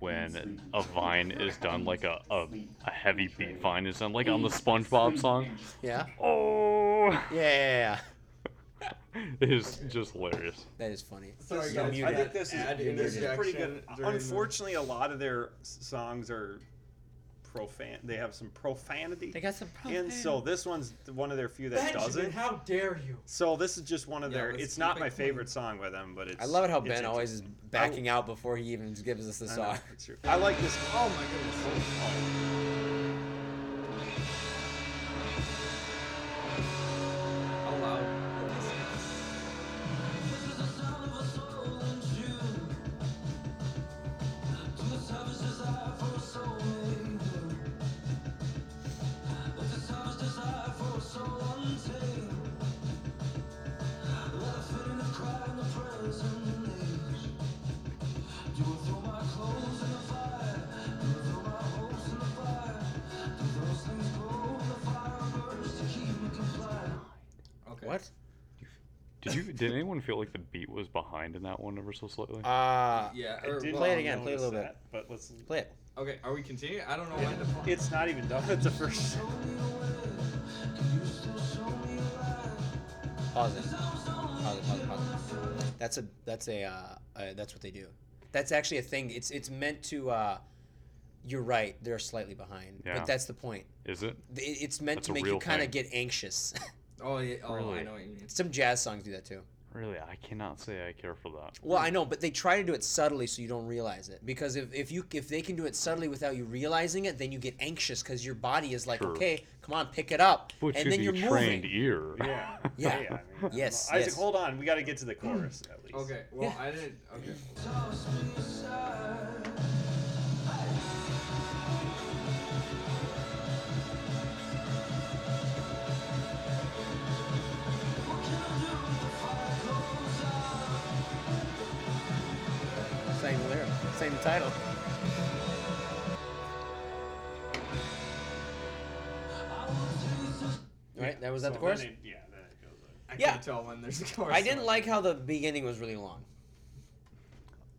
when a vine is done like a, a, a heavy beat vine is done, like on the SpongeBob song. Yeah. Oh, Yeah, yeah, yeah. it is just hilarious. That is funny. Sorry, I guys. think I Yeah. think this is, Add this is pretty interjection good. during the- Unfortunately, a lot of their s- songs are profane. They have some profanity. They got some. and so this one's th- one of their few that doesn't. how dare you? So this is just one of Yeah, their. let's It's not keep my it clean. favorite song by them, but it's. I love it how it's Ben inter- always is backing out before he even gives us the I know, song. it's true. I like this. Oh my goodness. How loud. is this? Okay. What? Did you? Did anyone feel like the beat was behind in that one ever so slightly? Uh, Yeah. I Or, didn't well, Play it again, notice play it a little that, But let's. play it. Okay. Are we continuing? I don't know when to. play. It's not even done. It's the first. Pause it. Pause it. Pause it. Pause it. That's a. That's a. Uh, uh, that's what they do. That's actually a thing. It's it's meant to. Uh, you're right. They're slightly behind, Yeah. but that's the point. Is it? Th- it- It's meant That's to a make you real kind of thing. get anxious. Oh, yeah. Oh, I Really? know what you mean. Some jazz songs do that too. Really, I cannot say I care for that. Well, I know, but they try to do it subtly so you don't realize it. Because if, if you if they can do it subtly without you realizing it, then you get anxious because your body is like, Sure. okay, come on, pick it up, But and to then the you're trained moving. ear. Yeah. Yeah. I mean, I don't Yes, know. Isaac, yes. hold on. We got to get to the chorus at least. Okay. Well, Yeah. I didn't. Okay. Same lyric, same title. Right, that was at So the chorus. then it- Yeah. Then it goes like. I Yeah. can't tell when there's a chorus. I didn't on. like how the beginning was really long.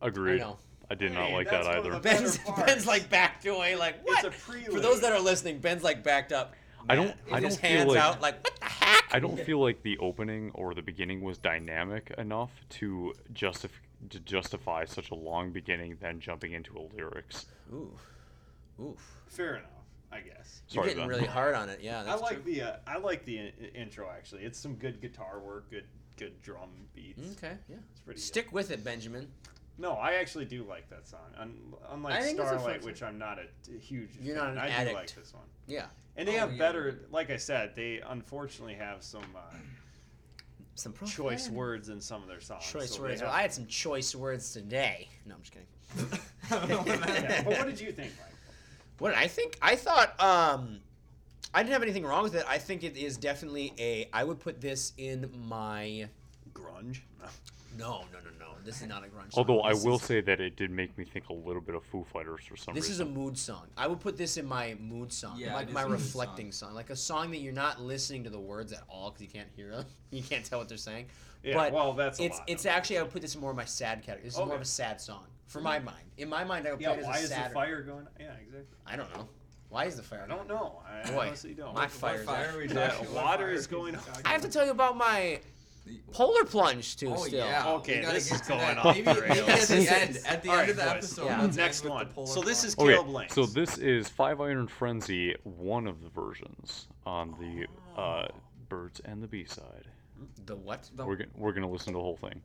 Agreed. I know. I did not Hey, like that's that one of either. the- Better Ben's, parts. Ben's like backed away, like It's what? a prelude. For those that are listening, Ben's like backed up. I don't. With I don't his feel hands like. out, like what the heck? I don't feel like the opening or the beginning was dynamic enough to justify to justify such a long beginning, then jumping into a lyrics. Ooh, oof. Fair enough, I guess. You're Sorry getting about really that. hard on it. Yeah, I that's like true. the uh, I like the in- intro actually. It's some good guitar work, good good drum beats. Mm, Okay, yeah. It's pretty good. Stick with it, Benjamin. No, I actually do like that song. Un- I unlike think it's a fun Starlight, song. which I'm not a t- huge You're fan, not an I do addict. like this one. Yeah, And they Oh, have yeah. better, like I said, they unfortunately have some uh, some choice profanity. words in some of their songs. Choice so they words. have- Well, I had some choice words today. No, I'm just kidding. I don't know what that Yeah, but what did you think, Mike? What did I think? I thought um, I didn't have anything wrong with it. I think it is definitely a. I would put this in my. Grunge? No. No, no, no, no. This is not a grunge. song. Although I This will is- say that it did make me think a little bit of Foo Fighters for some This is a reason. mood song. I would put this in my mood song, Yeah, like it is my a mood reflecting song. like a song that you're not listening to the words at all because you can't hear them, you can't tell what they're saying. Yeah, but well, that's a it's lot. it's actually I would put this more in my sad category. This is more Okay. of a sad song for my mind. In my mind, I would Yeah, put it why as a is the sad. fire going? Yeah, exactly. I don't know. Why is the fire? I don't know. I Boy, honestly don't. my What Fires fire out. are we Yeah, talking- what water fire is are going we on. talking I have to about? tell you about my polar plunge too. Oh still. yeah. we Okay, gotta this get is to going that. off Maybe, the maybe at rails. the end, at the All end of right, the boys. episode. Yeah. let's Next end with the one. polar So this is plunge. Okay, Kill Blanks. so this is Five Iron Frenzy, one of the versions on the uh, Birds and the B side. Oh. The what? The- We're, gonna we're gonna listen to the whole thing.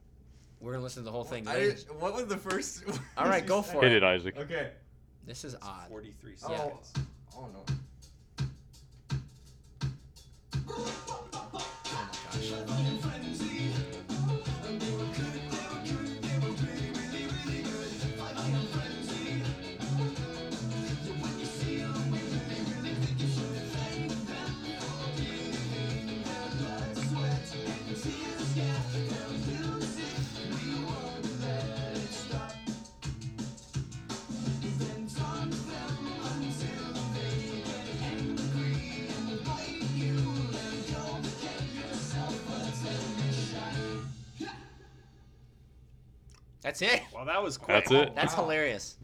We're gonna listen to the whole thing. I later. didn't- what was the first? All right, go for Hit it. it, Isaac. Okay. This is odd. 43 Oh. seconds. Oh no. Oh my gosh. That's it. Well, that was quick. That's it. That's Oh, Wow. hilarious.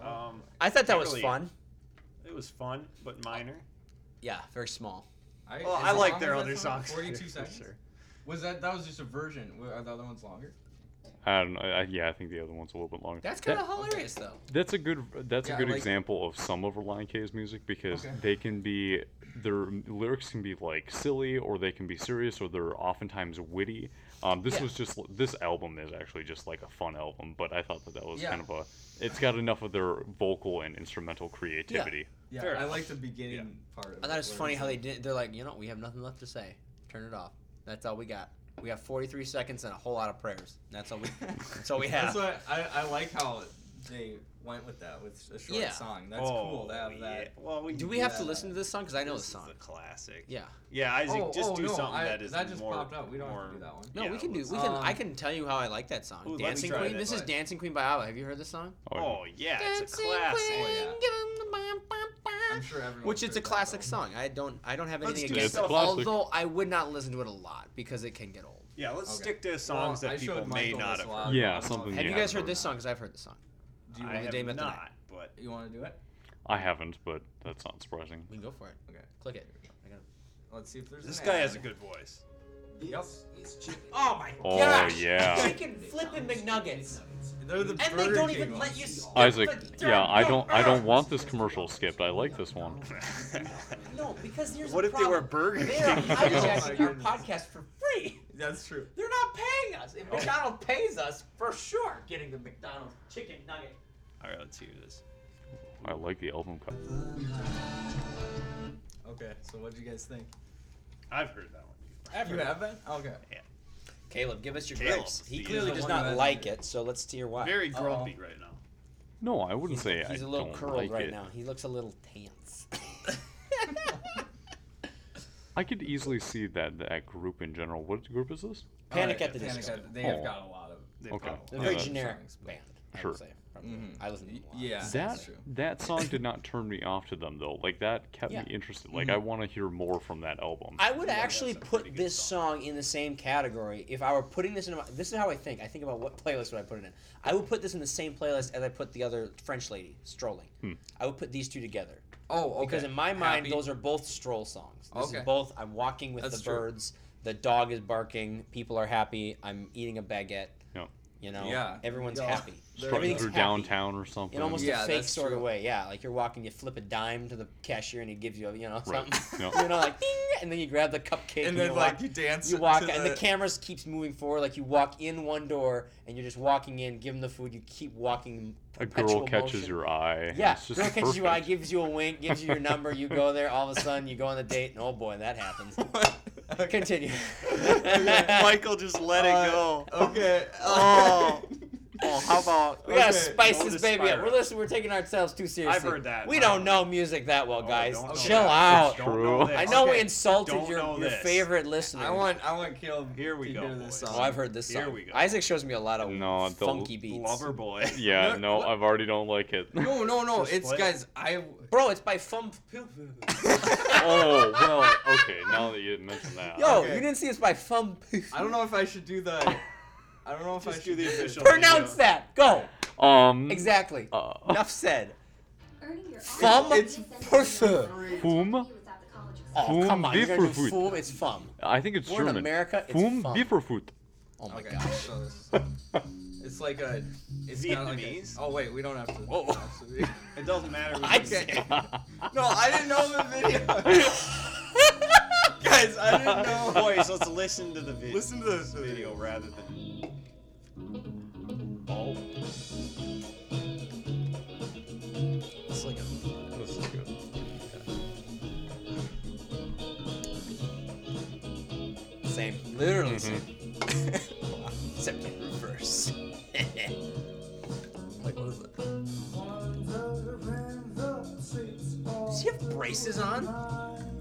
Um, I thought that was Really? fun. it was fun, but minor. Yeah, very small. I, Well, is I it like long their as other that song? songs. Forty-two for seconds. sure. Was that that was just a version? Were- Are the other ones longer? I don't know. I, yeah, I think the other one's a little bit longer. That's That- kind of hilarious though. That's a good. That's Yeah, a good like- example of some of Reliant K's music because Okay. they can be their lyrics can be like silly or they can be serious or they're oftentimes witty. Um, this Yeah. was just this album is actually just like a fun album, but I thought that that was Yeah. kind of a. It's got enough of their vocal and instrumental creativity. Yeah, Fair I enough. like the beginning part. Of I thought it was where funny how they like- did. They're like, you know, we have nothing left to say. Turn it off. That's all we got. We have 43 seconds and a whole lot of prayers. That's all we. that's all we have. That's what I, I like how they went with that with a short Yeah. song. That's oh, cool to have that. Yeah. Well, we Do can we have to Yeah. listen to this song? Because I know this the is song. a classic. Yeah. Yeah, Isaac, Oh, just oh, do no, something I- that is that just more, popped up. We don't have more, to do that one. No, yeah, we can do. let's- We can. I Um, can tell you how I like that song. Ooh, let me Dancing try Queen. that. This is Let's- Dancing Queen by ABBA. Have you heard this song? Oh yeah, it's a Dancing Oh, classic. Queen, yeah. give 'em the bam, bam, bam. I'm sure everyone. Which it's a classic song. I don't. I don't have Let's anything do against it. stuff. Classic. Although I would not listen to it a lot because it can get old. Yeah, let's Okay. stick to songs Well, I that people showed may Michael not this have a lot. heard. I don't Yeah, know if something. I'll- Have yeah, you I've guys heard this that. song? Because I've heard this song. Do you I want the have day met the night. not, but you want to do it? I haven't, but that's not surprising. We can go for it. Okay. Click it. I gotta- Let's see if there's. this an guy ad. has a good voice. Yep. Oh my Oh, gosh! yeah. Chicken flippin' McNuggets, They're the and they Burger don't King even ones. let you. Isaac, they're- yeah, I no, don't, I don't ugh. want this commercial skipped. I like this one. No, because there's. What a if they were problem. Burger They are hijacking our Oh goodness. podcast for free. That's true. They're not paying us. If McDonald's pays us, for sure, getting the McDonald's chicken nugget. All right, let's hear this. I like the album cover. Okay, so what do you guys think? I've heard that one. You have that? Okay. Caleb, give us your Caleb, gripes. He the- clearly the does one not that- like it, so let's hear why. Very Oh. Uh-oh. grumpy right now. No, I wouldn't he's, say he's I a little don't curled like right it. now. He looks a little tense. I could easily see that that group in general. What group is this? Panic at the Panic Disco. At, they have Oh. got a lot of. They Okay. probably- They're Yeah, very that- generic songs, but- band. I Sure. would say. probably. Mhm. I listen to them a lot. Yeah. That That's true. that song did not turn me off to them though. Like that kept Yeah. me interested. Like I want to hear more from that album. Mm-hmm. I would actually that's a put pretty good this song. in the same category if I were putting this in. My, this is how I think. I think about what playlist would I put it in. I would put this in the same playlist as I put the other French lady strolling. I would put these two together Oh, Hmm. okay. because in my mind Happy- those are both stroll songs. This Okay. is both. I'm walking with That's the true. birds. The dog is barking. People are happy. I'm eating a baguette. No. You know, Yeah. everyone's Yeah. happy. They're- Everything's through happy. downtown or something. In almost Yeah, a fake that's sort of true. way, yeah. Like you're walking, you flip a dime to the cashier, and he gives you, a, you know, Right. something. Yeah. you know, like, ding, and then you grab the cupcake, and then you like walk, you dance. you walk, to and the camera keeps moving forward. Like you walk in one door, and you're just walking in, give them the food. You keep walking. a girl perpetual catches motion. your eye. Yeah, it's just girl catches you eye, perfect. gives you a wink, gives you your number. You go there. All of a sudden, you go on the date, and oh boy, that happens. Okay. Continue. Okay. Michael just let Uh, it go. Okay. Oh. Oh, how about We gotta Okay, spice don't this baby up. aspire. We're listening. We're taking ourselves too seriously. heard that. We I don't don't know music that well, Oh, guys. Oh, don't know Chill that. out. Don't know True. this. I know we Okay, insulted don't your, know your this. favorite listener. I want I want Caleb. Here we to go, Hear this boys. song. Oh, I've heard this song. Here we go. Isaac shows me a lot of No, the funky beats. Lover boy. Yeah, No, no, what- I've already don't like it. No, no, no. Just It's play it. guys. I. Bro, it's by Fum. oh well, okay. Now that you mention that, Yo, Okay. you didn't see it's by Fum. I don't know if I should do the. I don't know if I Just do should the official. Pronounce video. that. Go. um, Exactly. uh, Enough said. Earning your Fum It's parfait. Fum? Oh, Fum come on. You're gonna do Bifrofoot. Fum. It's Fum. I think it's We're in German. America, it's Fum fun. Bifrofoot. Oh my okay. gosh. So this, it's like a. It's kinda like a- Vietnamese? oh wait, we don't have to. Whoa. It doesn't matter. We I can- said- no, I didn't know the video. guys, I didn't know. Boys, let's listen to the video. Listen to this video rather than. Oh, It's like a- This is good. same. Literally same. Mm-hmm. Except in reverse. like, what is it? Does he have braces on?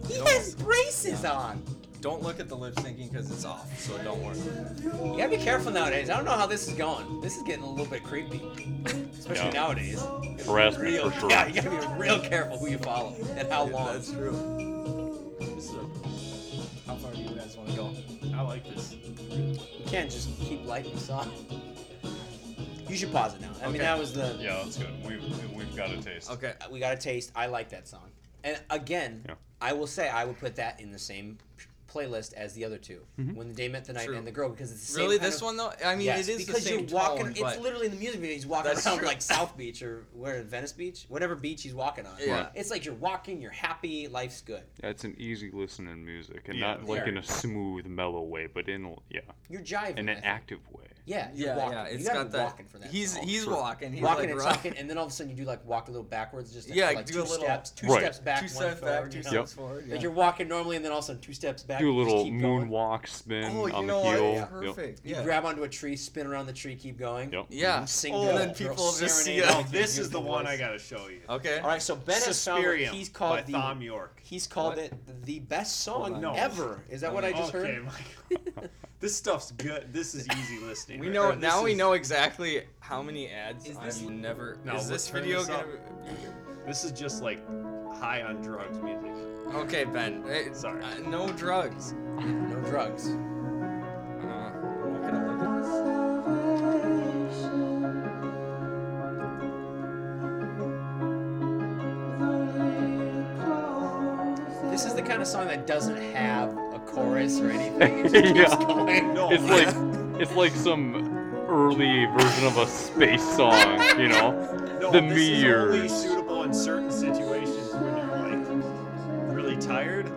He has braces on. Don't look at the lip syncing because it's off, so don't worry. You gotta be careful nowadays. I don't know how this is going. This is getting a little bit creepy, especially Yeah. nowadays. Harassment for sure. Yeah, you gotta be real careful who you follow and how long. That's true. This is a, how far do you guys want to go? I like this. You can't just keep lighting this on. You should pause it now. I mean, Okay. that was the Yeah, that's good. We've we've got a taste. Okay. we got a taste. I like that song. And again, Yeah. I will say I would put that in the same playlist as the other 2 When the Day Met the Night True. and the Girl, because it's the same Really, kind this of- one though? I mean, Yes, it is the because same you're walking. tone, it's but literally in the music video. He's walking That's around true. like South Beach or where Venice Beach, whatever beach he's walking on. Yeah. Right. it's like you're walking. You're happy. Life's good. That's an easy listening music, and Yeah, not like very. in a smooth, mellow way, but in yeah, You're jiving. in I an think. active way. Yeah, you're yeah, walking. yeah, you it's gotta got be that. walking for that. he's song. he's Sure. walking. He's walking like, and run- talking, and then all of a sudden you do like walk a little backwards, just Yeah, like do two a little- steps, two Right. steps back, two one steps forward, back, two you know? steps forward. Like yeah. you're walking normally, and then all of a sudden two steps back. Do a you just little keep going. moonwalk spin Oh, you on know the what? heel. It's Yep. perfect. You Yeah. grab onto a tree, spin around the tree, keep going. Yep. yeah. Sing oh, to and the then girl, people just see serenade it. No, Thank you, Oh, this is the beautiful one voice. I gotta show you. Okay. All right, so Ben has found what Suspirium he's called by the Thom York. he's called What? it the best song on. No. ever. Is that what I just okay, heard? Michael. this stuff's good. This is easy listening. We right know there. now. This We is- know exactly how many ads. Is Is this- this I'm never? No, is we'll this turn video this up. gonna? This is just like high on drugs music. Okay, Ben. Hey, Sorry. uh, no drugs. No drugs. Uh, look it up. This is the kind of song that doesn't have a chorus or anything. It just Yeah. keeps going. No, It's like it's like some early version of a space song, you know? No, the this is only meteors. suitable in certain situations when you're like really tired.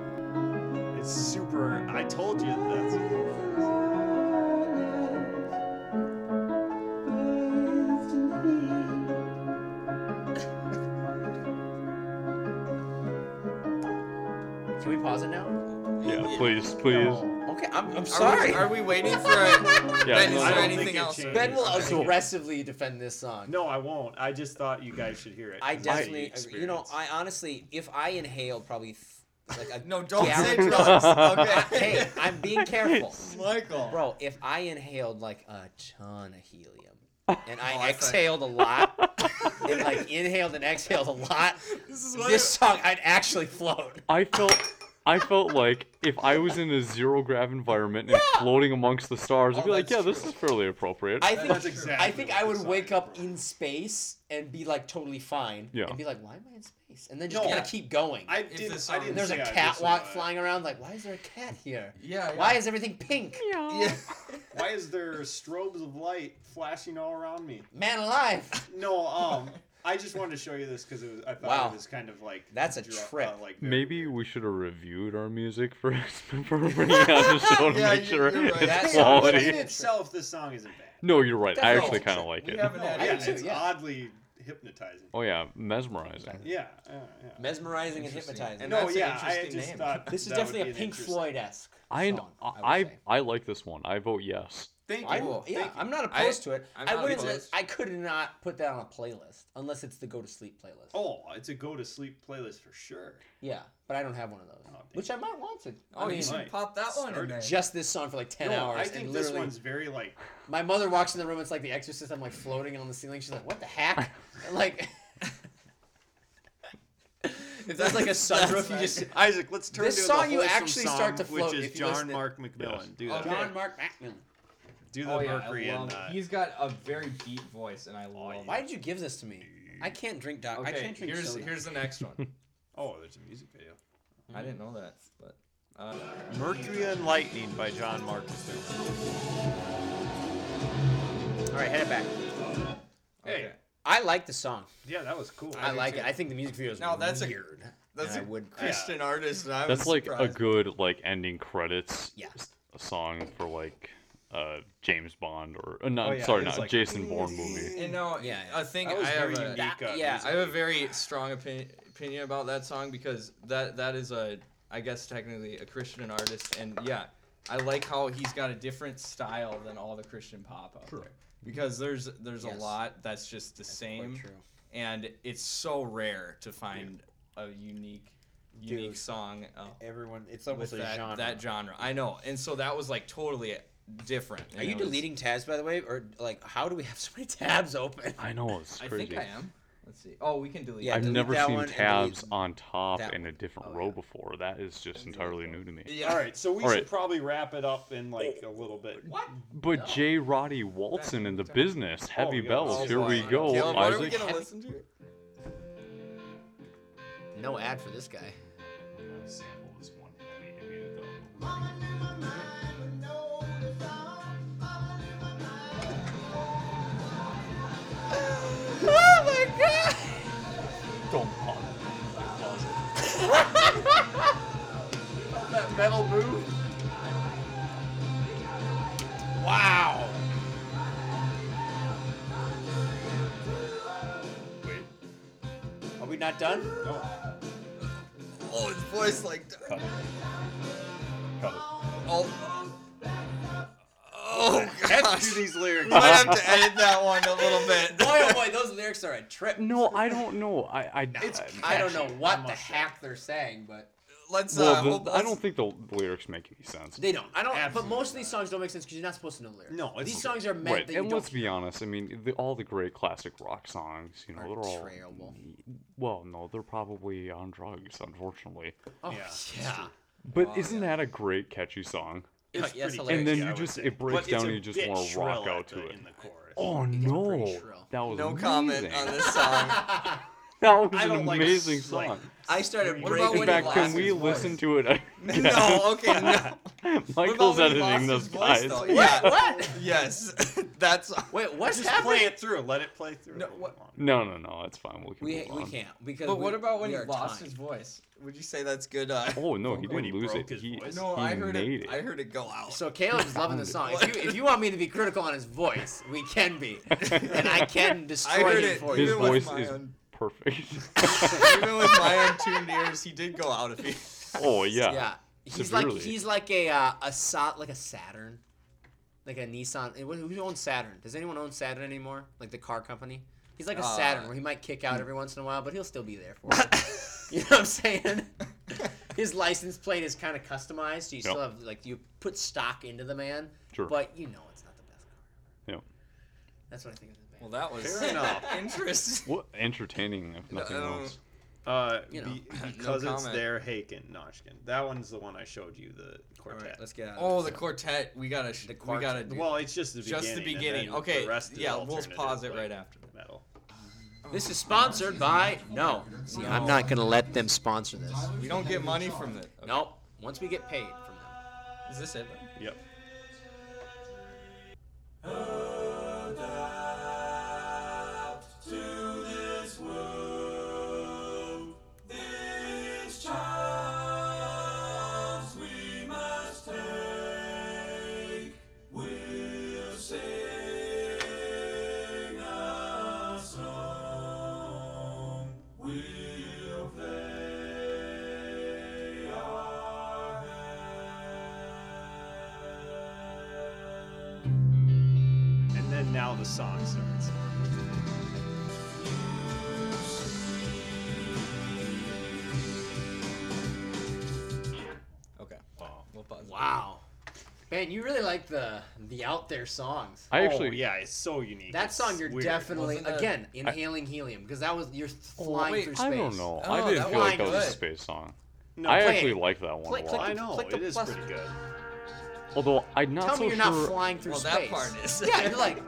It's super. I told you that's. Can we pause it now? Yeah, please, please. Okay, I'm, I'm Are sorry. we, are we waiting for a? Yeah, ben, is no, I no. don't there think anything it else? changed. ben will I think it- aggressively defend this song. No, I won't. I just thought you guys should hear it. I This is a definitely, agree. you know, experience. I honestly, if I inhaled probably th- like a No, don't gallon- say No, drugs. Okay. hey, I'm being careful. Michael. Bro, if I inhaled like a ton of helium and I Oh, I thought- exhaled a lot, and like inhaled and exhaled a lot, This is this song I'd actually float. I felt I felt like if I was in a zero grav environment and floating amongst the stars, I'd Oh, be like, that's yeah, this is fairly appropriate. I think That's I exactly think what I the would sign wake up is. in space and be like totally fine. Yeah. And be like, why am I in space? And then just No. kind of keep going. I If didn't. this I song- didn't and there's say a I disagree catwalk with that. flying around. Like, why is there a cat here? Yeah. Why yeah. is everything pink? Yeah. Why is there strobes of light flashing all around me? Man alive. No, um, I just wanted to show you this because it was. I thought Wow. it was kind of like That's a dra- trip. like Maybe we should have reviewed our music first before bringing out the show to Yeah, make you- sure you're right. it's That's- But Quality. in Yeah. quality. itself, this song isn't bad. No, you're right. I Definitely. actually kind of like We it. haven't had I yeah, do too, it's yeah. oddly hypnotizing. Oh yeah, mesmerizing. Yeah, yeah, yeah. Mesmerizing and Interesting. hypnotizing. And no, that's an yeah, I interesting just name. thought this is that would definitely be a an Pink interesting- Floyd esque. I song, would I say. I like this one. I vote yes. Thank I, you. Cool. yeah, Thank you. I'm not I- opposed to it. I'm I not wouldn't. opposed. I could not put that on a playlist unless it's the go to sleep playlist. Oh, it's a go to sleep playlist for sure. Yeah, but I don't have one of those, Oh, damn. which I might want to. Oh, I you mean, should Right. pop that one in Started there. just this song for like ten No, hours. I think and this literally, one's very like my mother walks in the room. It's like The Exorcist. I'm like floating on the ceiling. She's like, "What the heck?" And, like, if there's like a sunroof, you just Isaac, let's turn This to song the you wholesome actually song, start to float which if you is John listen to- Mark McMillan. Yes. Oh, Do that. Okay. John Mark Macmillan. do the Oh yeah, I Mercury and love. uh, Oh, He's got a very deep voice, and I love. it. Why did you give this to me? I can't drink doc. I Okay, can't drink here's soda. here's the next one. oh, there's a music video. I didn't know that, but uh, Mercury and Lightning by John Mark McMillan. All right, head it back. Hey. okay. I like the song. Yeah, that was cool. I, like it. I think the music video is Now, that's a- weird. that's and a I would Christian artist. And I That's was like surprised. a good like ending credits Yeah. s- song for like uh James Bond or uh, no Oh, yeah, sorry it was not like- Jason Bourne movie. And no, Yeah, yeah, yeah. I think I That was very have a, unique. uh, yeah, music I have a very strong opinion opinion about that song because that that is a I guess technically a Christian artist and yeah, I like how he's got a different style than all the Christian pop out there. Because there's there's Yes. a lot that's just the same true. and it's so rare to find a unique unique song uh, Everyone, it's with almost a that genre. that genre. I know. And so that was like totally different. Are and you it was- deleting tabs by the way, or like how do we have so many tabs open? I know it's I crazy. think I am. Let's see. Oh, we can delete Yeah, it. I've delete never that seen one and delete tabs on top that in a one. different Oh, row yeah. before. That is just entirely new to me. Yeah. All right, so we All should right. probably wrap it up in like a little bit. What? But J. Roddy Walton in the business, heavy yeah. bells. Oh, Here we boy. go, Caleb, what are we Isaac. gonna listen to? No ad for this guy. Oh my god! Don't pop. That metal move. Wow! Wait, Are we not done? no, Oh, his voice like. cut it. Cut it. Oh. Oh Do gosh. these We lyrics. might have to edit that one a little bit. Boy, oh boy, those lyrics are a trip. No, I don't know. I I, I, I don't know what the must say. heck they're saying, but Let's. Uh, well, hope- the, I don't think the lyrics make any sense. they don't. I don't. Absolutely but most of these songs don't make sense because you're not supposed to know the lyrics. No, it's- these songs are meant Right, that you and don't let's be honest. I mean, the, all the great classic rock songs, you know, Are they're all terrible. well, no, they're probably on drugs, unfortunately. Oh, Yeah, yeah. But isn't that a great catchy song? It's yes, pretty hilarious. and then catchy, I you would just say. it breaks But it's down, a and you just bit want to rock shrill at out the- to it. In the chorus. Oh pretty no, shrill. that was No comment amazing. on this song. That was I an don't like amazing s- song. like- I started What breaking about In when he fact, can lost we his listen voice? to it? again? No, okay, no. Michael's when he lost editing his this, voice, guys. though? What? Yeah. What? Yes, that's. Wait, what's Just play happening? it through. Let it play through. No, Hold what- on. No, no, no. It's fine. We can. We, move we on. can't because. But we- what about when we he are lost timed. his voice? Would you say that's good? Uh, Oh no, he When didn't he lose broke it. his He, voice. no, he I heard made it, it. I heard it go out. So Caleb's loving the song. If you, if you want me to be critical on his voice, we can be, and I can I destroy heard him it. for His you. even with voice my is own- perfect. Even with my untuned ears, he did go out. If he. oh yeah. Yeah, he's Severely. like he's like a uh, a Sa- like a Saturn, like a Nissan. eh, wh- Who owns Saturn? Does anyone own Saturn anymore? Like the car company? He's like a Uh, Saturn where he might kick out every once in a while, but he'll still be there for it. you know what I'm saying? His license plate is kind of customized, so you still Yep. have like you put stock into the man, Sure. but you know it's not the best car. Yeah. That's what I think of the band. Well, that was Fair enough. interesting. What entertaining, if nothing um, else. Uh, You be- know, no because it's comment. their Haken Noshkin. That one's the one I showed you, the quartet. All right, let's get out. Oh, of the this. quartet. We gotta. Sh- The we gotta quartet. do well, it's just the beginning. just the and beginning. then Okay. The rest is yeah, we'll alternative, pause it like, right after that. Metal. This is sponsored by no. See, I'm not gonna let them sponsor this. We don't get money from it. Okay. Nope. Once we get paid from them. Is this it? then? Yep. And then now the song starts. Okay. We'll pause. it. Wow. Ben, you really like the the out there songs. I actually, oh, yeah, it's so unique. That It's song you're weird. definitely Wasn't that- again inhaling helium because that was you're flying wait, through space. Oh, I don't know. I Oh, didn't that feel like that line was a good. space song. No, I play actually it. like that one Play- a click lot. I the- know click the it is plus- pretty good. Although I'm not Tell so me you're sure. not flying through Well, that space. part is- Yeah, you're like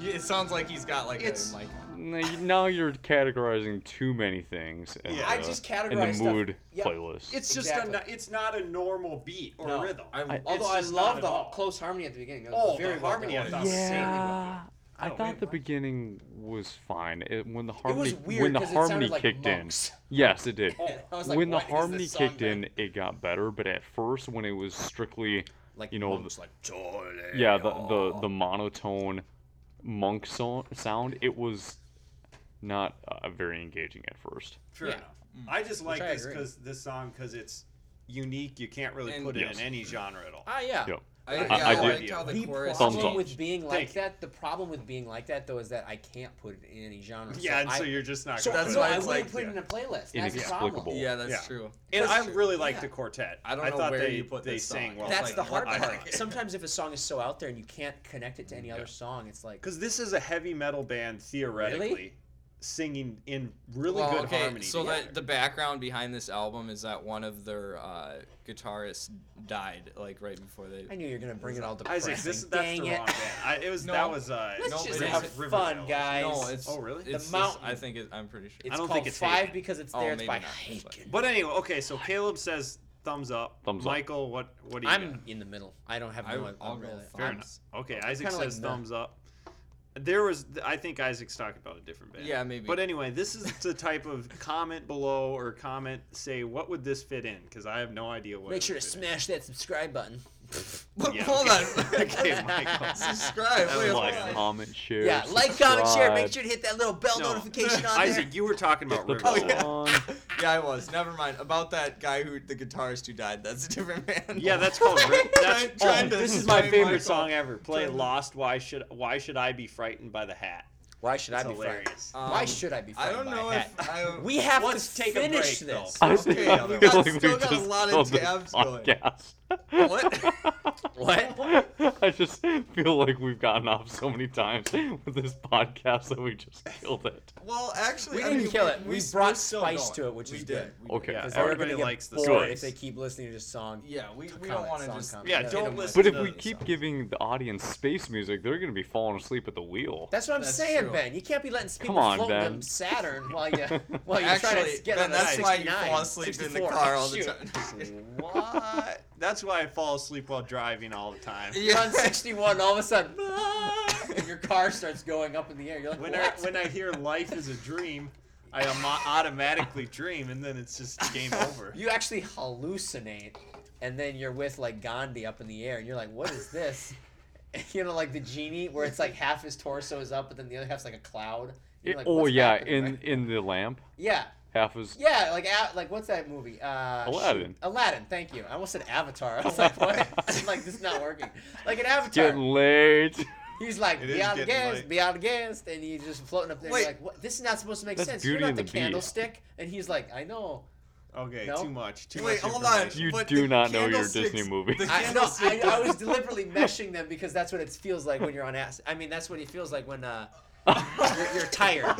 Yeah, It sounds like he's got like It's- a mic. N- you- Now you're categorizing too many things. In Yeah. the, I just in categorize the stuff. mood Yep. playlist. It's just Exactly. a, no- it's not a normal beat or No. rhythm. I- It's Although I just love not at the all. close harmony at the beginning. That was Oh, very the harmony well done. I thought was yeah. I Oh, thought the beginning was fine. It, when the was harmony weird when the 'cause it harmony sounded like kicked monks. in. Yes, it did. I was like, when the "What is harmony this song, kicked man?" in, it got better. But at first, when it was strictly like you know, monks, like "Jolly." yeah the the, the monotone monk so- sound, it was not uh, very engaging at first. Fair Yeah. enough. Mm. I just like I this agree. because this song because it's unique. You can't really And- put it Yes. in any genre at all. Ah, yeah. Yep. I, I- yeah, I I, did- liked how the, The chorus. Thumbs problem up. with being Thank like you. that, the problem with being like that though, is that I can't put it in any genre. yeah, and I, so you're just not. so, gonna That's so put it why in. I it's wouldn't like, put it yeah. in a playlist. That's the Inexplicable. problem. Yeah, that's Yeah. true. And That's I true, really like yeah. the quartet. I don't know thought where they, you put they this sang song. well. That's like, the what hard the part. heck? Sometimes if a song is so out there and you can't connect it to any other song, it's like Because this is a heavy metal band theoretically Really? singing in really Well, good harmony. So together. that the background behind this album is that one of their uh, guitarists died, like right before they. I knew you were gonna bring it all depressing. Isaac, this that's Dang the it. wrong band. I, it was No. that was uh, Let's No, just it have is. fun, Riverdale. guys. no, it's. Oh, really? It's The just- mountain. I think it, I'm pretty sure. It's I don't called think it's five Hayden. because it's Oh, there. It's maybe by not, but- Haken. But anyway, okay. So Caleb says thumbs up. Thumbs up. Michael, what what do you? I'm in the middle. I don't have I, no. will I'm go really- with got? Fair I'm- enough. Okay, Isaac kinda like says meh. thumbs up. There was, I think Isaac's talking about a different band. Yeah, maybe. But anyway, this is the type of comment below or comment say what would this fit in? Because I have no idea what. Make it sure to would fit in. smash that subscribe button. Yeah, Hold on. okay, Michael. Subscribe. Wait, hold Like, on. comment, share. Yeah, like, comment, share. Make subscribe. sure to hit that little bell No. notification on there. Isaac, you were talking about The Riverdale. song. Yeah, I was. Never mind. About that guy who the guitarist who died. That's a different man. Yeah, that's called. Riv- that's, Trying- trying oh, to- this is my trying favorite Michael. song ever. Play Trying to- Lost. Why should Why should I be frightened by the hat? Why should It's I be hilarious. frightened? Why Um, should I be I frightened? don't by a know hat? if I. We have Let's to take a finish break, though. this. I think Okay, I we feel got- like we still got a just lot of killed this tabs going. podcast. What? What? I just feel like we've gotten off so many times with this podcast that we just killed it. Well, actually, We I didn't mean, kill it. We we're brought still spice going. to it, which we is did. good. We Okay. did. Because all they're right. gonna Everybody get likes the bored stories. if they keep listening to just song. Yeah, we, we don't comment, want to song just. comment. Yeah, they don't like listen But it. if No, we it's keep not. giving the audience space music, they're going to be falling asleep at the wheel. That's what I'm That's saying, true. Ben. You can't be letting people Come on, float Ben. them Saturn while you while you try Actually, to get Ben, on that's the why you 69, fall asleep in the 64. car all the Shoot. time. What? That's why I fall asleep while driving all the time. You're on 61, all of a sudden, and your car starts going up in the air. You're like, When I what? when I hear life is a dream, I am automatically dream, and then it's just game over. you actually hallucinate, and then you're with like Gandhi up in the air, and you're like, what is this? you know, like the genie, where it's like half his torso is up, but then the other half's like a cloud. You're like, oh "What's yeah, happening in right in the lamp, Yeah, half is yeah, like a- like what's that movie? Uh, shoot. Aladdin. Aladdin, thank you. I almost said Avatar. I was like, what? I'm like this is not working. Like an Avatar. getting late. He's like It is beyond the getting gas, late. beyond the gas, and he's just floating up there. Wait. You're like what? This is not supposed to make That's sense. Beauty You're not and the, the Beast. candlestick, and he's like, I know. Okay, No? too much. Too Wait, much hold on. information. You But do the not know your candlesticks- Disney movie. the I, no, I, Candlestick. I was deliberately meshing them because that's what it feels like when you're on ass. I mean, that's what it feels like when uh, you're, you're tired.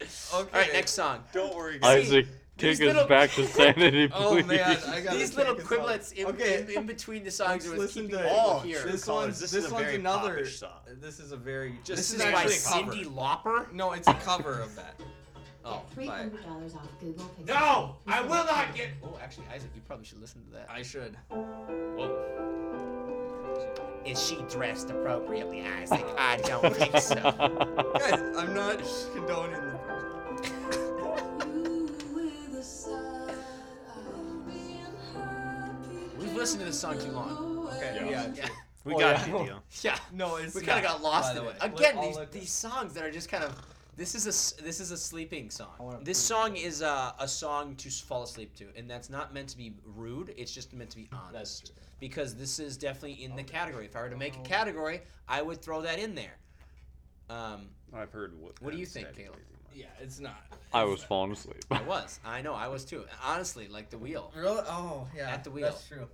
Okay. All right, next song. Don't worry, guys. Isaac, take these us little- back to sanity, please. Oh man, I got These little quiblets in, Okay, in, in between the songs let's it was listen keeping to people it. all Oh, here. this Colin, one's this this, is a one's very another. popish song. This is a very. Just- this, this is, is by actually a cover. Cindy Lauper. No, it's a cover of that. Oh Three Bye. hundred dollars off Google Pixel. no, I will not get. Oh, actually, Isaac, you probably should listen to that. I should. Whoa. Is she dressed appropriately, Isaac? I don't think so. Guys, I'm not condoning. We've listened to this song too long. Okay. Yeah. Yeah. Yeah, We Oh, got yeah. you, Dio. yeah. No, it's. We kind of not, got lost by in the it. way. Again, I'll these, look- these songs that are just kind of. This is a s- this is a sleeping I wanna song. This prove song is a, a song to s- fall asleep to, and that's not meant to be rude. It's just meant to be honest. Because this is definitely in the category. If I were to Oh. make a category, I would throw that in there. Um, I've heard what. What do you Pence think, said Caleb? lately. Yeah, it's not. I was falling asleep. I was. I know. I was too. Honestly, like the wheel. Really? Oh, yeah. At the wheel. That's true.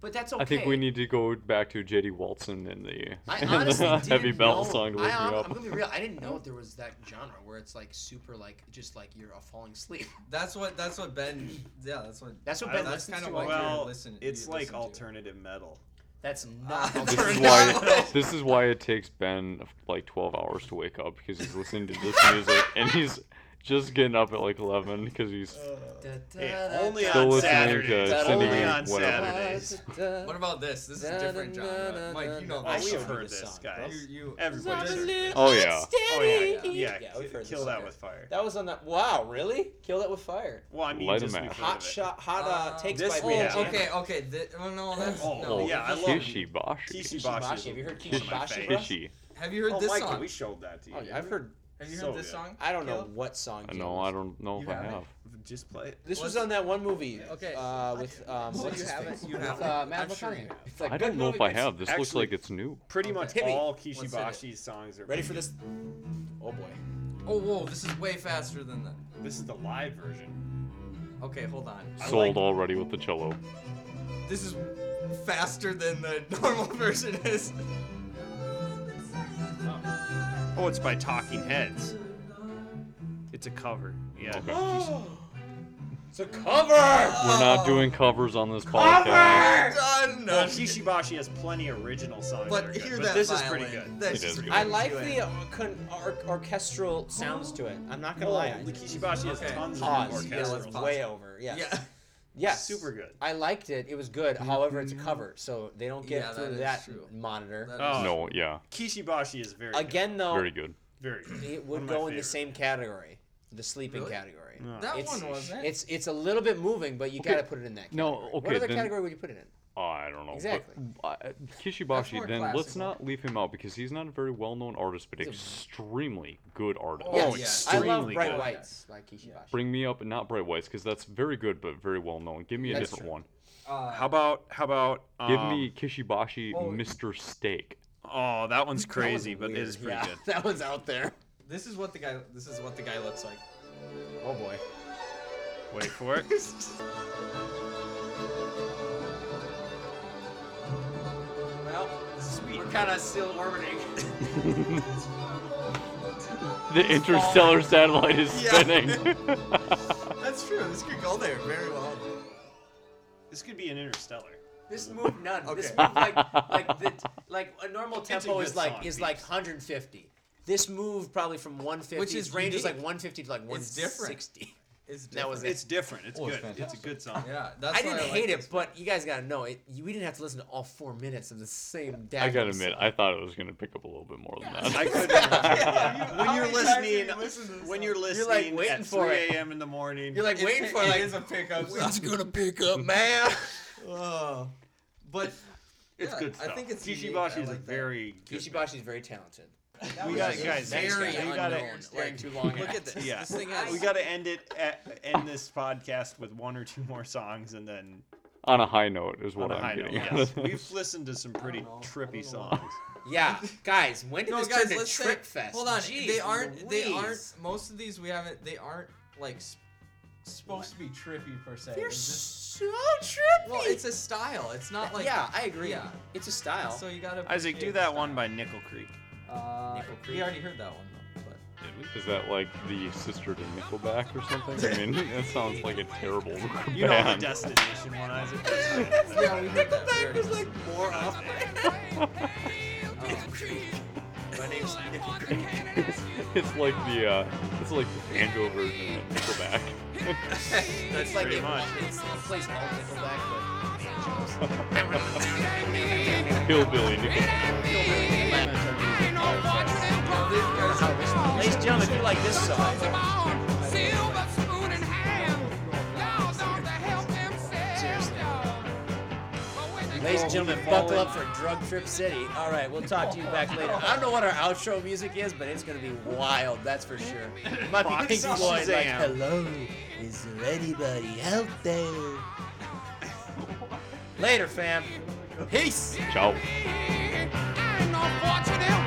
But that's okay. I think we need to go back to J.D. Walton and the, I and honestly the didn't heavy bell know- song to I, wake hon- me I'm, up. gonna be real. I didn't know there was that genre where it's like super like just like you're uh, falling asleep. That's what. That's what Ben. Yeah, that's what. That's what I- Ben that's listens kinda to. what all you're- day. Well, listen- It's you like listen to. alternative metal. That's Ah, not. this This is alternative. why. This is why it takes Ben like 12 hours to wake up because he's listening to this music and he's just getting up at like 11 because he's Uh, Da, da, Hey, da, only da, still on listening Saturdays. to Cindy Only on whatever. Saturdays. da, What about this? This is a different genre. Mike, you know. I Oh, this. showed we've you heard this this, song, guys. You. you Everybody. Just- Oh yeah. Oh yeah, yeah. yeah. Yeah, yeah we've heard kill this that song. with fire. That was on that. Wow, really? Kill that with fire. Well, I mean, Light 'em just out. we've heard Hot of it. shot, hot uh, Uh, takes this by we Pearl have. Jam. okay. Okay. Thi- oh no, that's. Oh, no. yeah, I love- Kishibashi. Kishibashi. is Kishibashi. Have you heard one of my Kishibashi, faves. bro? Kishi. Have you heard Oh, this Michael, song? we showed that to you. Oh, yeah, I've heard. Have you heard So this good. song? I don't know Caleb? what song. Jim No, was. I don't know if You I haven't? have. Just play it. This was What's- on that one movie. Okay. Uh, with um, So what's you his have it, face? you With, have it. uh, Matt I'm sure McConaughie. you have it. It's like I good don't know if movie, I good have. This looks actually- like it's new. Pretty much Hit me. all in it? Kishibashi's songs are. Ready for this? Oh boy. Oh whoa, this is way faster than that. This is the live version. Okay, hold on. I Sold like- already with the cello. This is faster than the normal version is. Oh, it's by Talking Heads. It's a cover. Yeah. Oh, Okay. It's a cover. We're not doing covers on this podcast. Done. Well, Kishibashi has plenty original songs. that are But good, hear but that This violin. is pretty good. That's It is just good. I like ridiculous. the uh, con- or- orchestral sounds to it. I'm not gonna Oh, lie. the Kishibashi has Okay. tons of Pause. Yeah, orchestral. let's way over. Yeah. Yeah. Yes. Super good. Mm-hmm. I liked it. It was good. However, it's a cover, so they don't get Yeah, that through is that true. monitor. That Oh. No, yeah. Kishibashi is very Again, though, Very good. Good. Very. Good. it would One of go my in the favorites. same category, the sleeping Really? category. is- that It's- one wasn't. It's it's a little bit moving, but you Okay. gotta put it in that. No, category. What okay, other then- category would you put it in? I don't know. but, Exactly. uh, That's Kishibashi, more then let's classical. not leave him out because he's not a very well known artist, but extremely good artist. Oh, Yes. I love extremely bright good. whites like Kishibashi. Bring me up, not Bright Whites, because that's very good, but very well known. Give me a That's different true. one. Uh, How about how about um, Give me Kishibashi, well- Mr. Steak. Oh, that one's crazy, but it Weird. is pretty Yeah, good. That one's out there. this is what the guy. This is what the guy looks like. Oh boy. Wait for it. Well, we're kind of still orbiting. The interstellar satellite is Yeah. spinning. That's true. This could go there very well. This could be an interstellar. This move none. This Okay. move like like the, like a normal tempo good is like song, is like 150. This move probably from 150. Which is its range is like unique. 150 to like It's different. 160. It's That was different. It's different. It's Oh, it's good. It's a fantastic. good song. Yeah, that's. I didn't why hate like it, this. but you guys gotta know it. You, we didn't have to listen to all four minutes of the same. I daggone gotta admit, song. I thought it was gonna pick up a little bit more than that. I couldn't. How when you're many times have you listening, listened to this when song? you're listening waiting at for it. 3 a.m. in the morning, you're like It- waiting for it like is a pickup. When's song. gonna pick up, man? Oh, but it's yeah, good stuff. I think it's unique. I Kishibashi is a like that. very good. Kishibashi is very talented. We got guys. very Next unknown. time, we got to Staring Like, too long. at look at it. this. Yeah. This thing has. We got to end it at, end this podcast with one or two more songs and then On a high note is what on a I'm high note. getting. at. Yes. We've listened to some pretty know. trippy I don't know songs. Yeah, guys, when did No, this guys, turn to let's say- Trick Fest? Hold on, Jeez they aren't. They Louise. aren't. Most of these we haven't. They aren't like s- supposed to be trippy per se. They're It's just- so trippy. well, it's a style. It's not like yeah, I agree. yeah. It's a style. So you gotta Isaac, do appreciate that the one style. by Nickel Creek. Uh, Nickel Creek. we already heard that one though. But Did Is that like the sister to Nickelback or something? I mean, that sounds like a terrible You know the band. destination one, Isaac. That's Yeah, we heard that. We heard it. like more up. My name's it's like the uh, it's like the banjo version of Nickelback. That's like Pretty it, much. it's, it plays all Nickelback, Hillbilly Nickelback. but this guy's how it's played. Ladies and gentlemen, if you like this song, ladies and gentlemen, buckle up for Drug Trip City. All right, we'll talk to you back later. I don't know what our outro music is, but it's gonna be wild. That's for sure. It might be Pink Floyd. Like, Hello, is there anybody out there? Later, fam. Peace. Ciao. I ain't no fortunate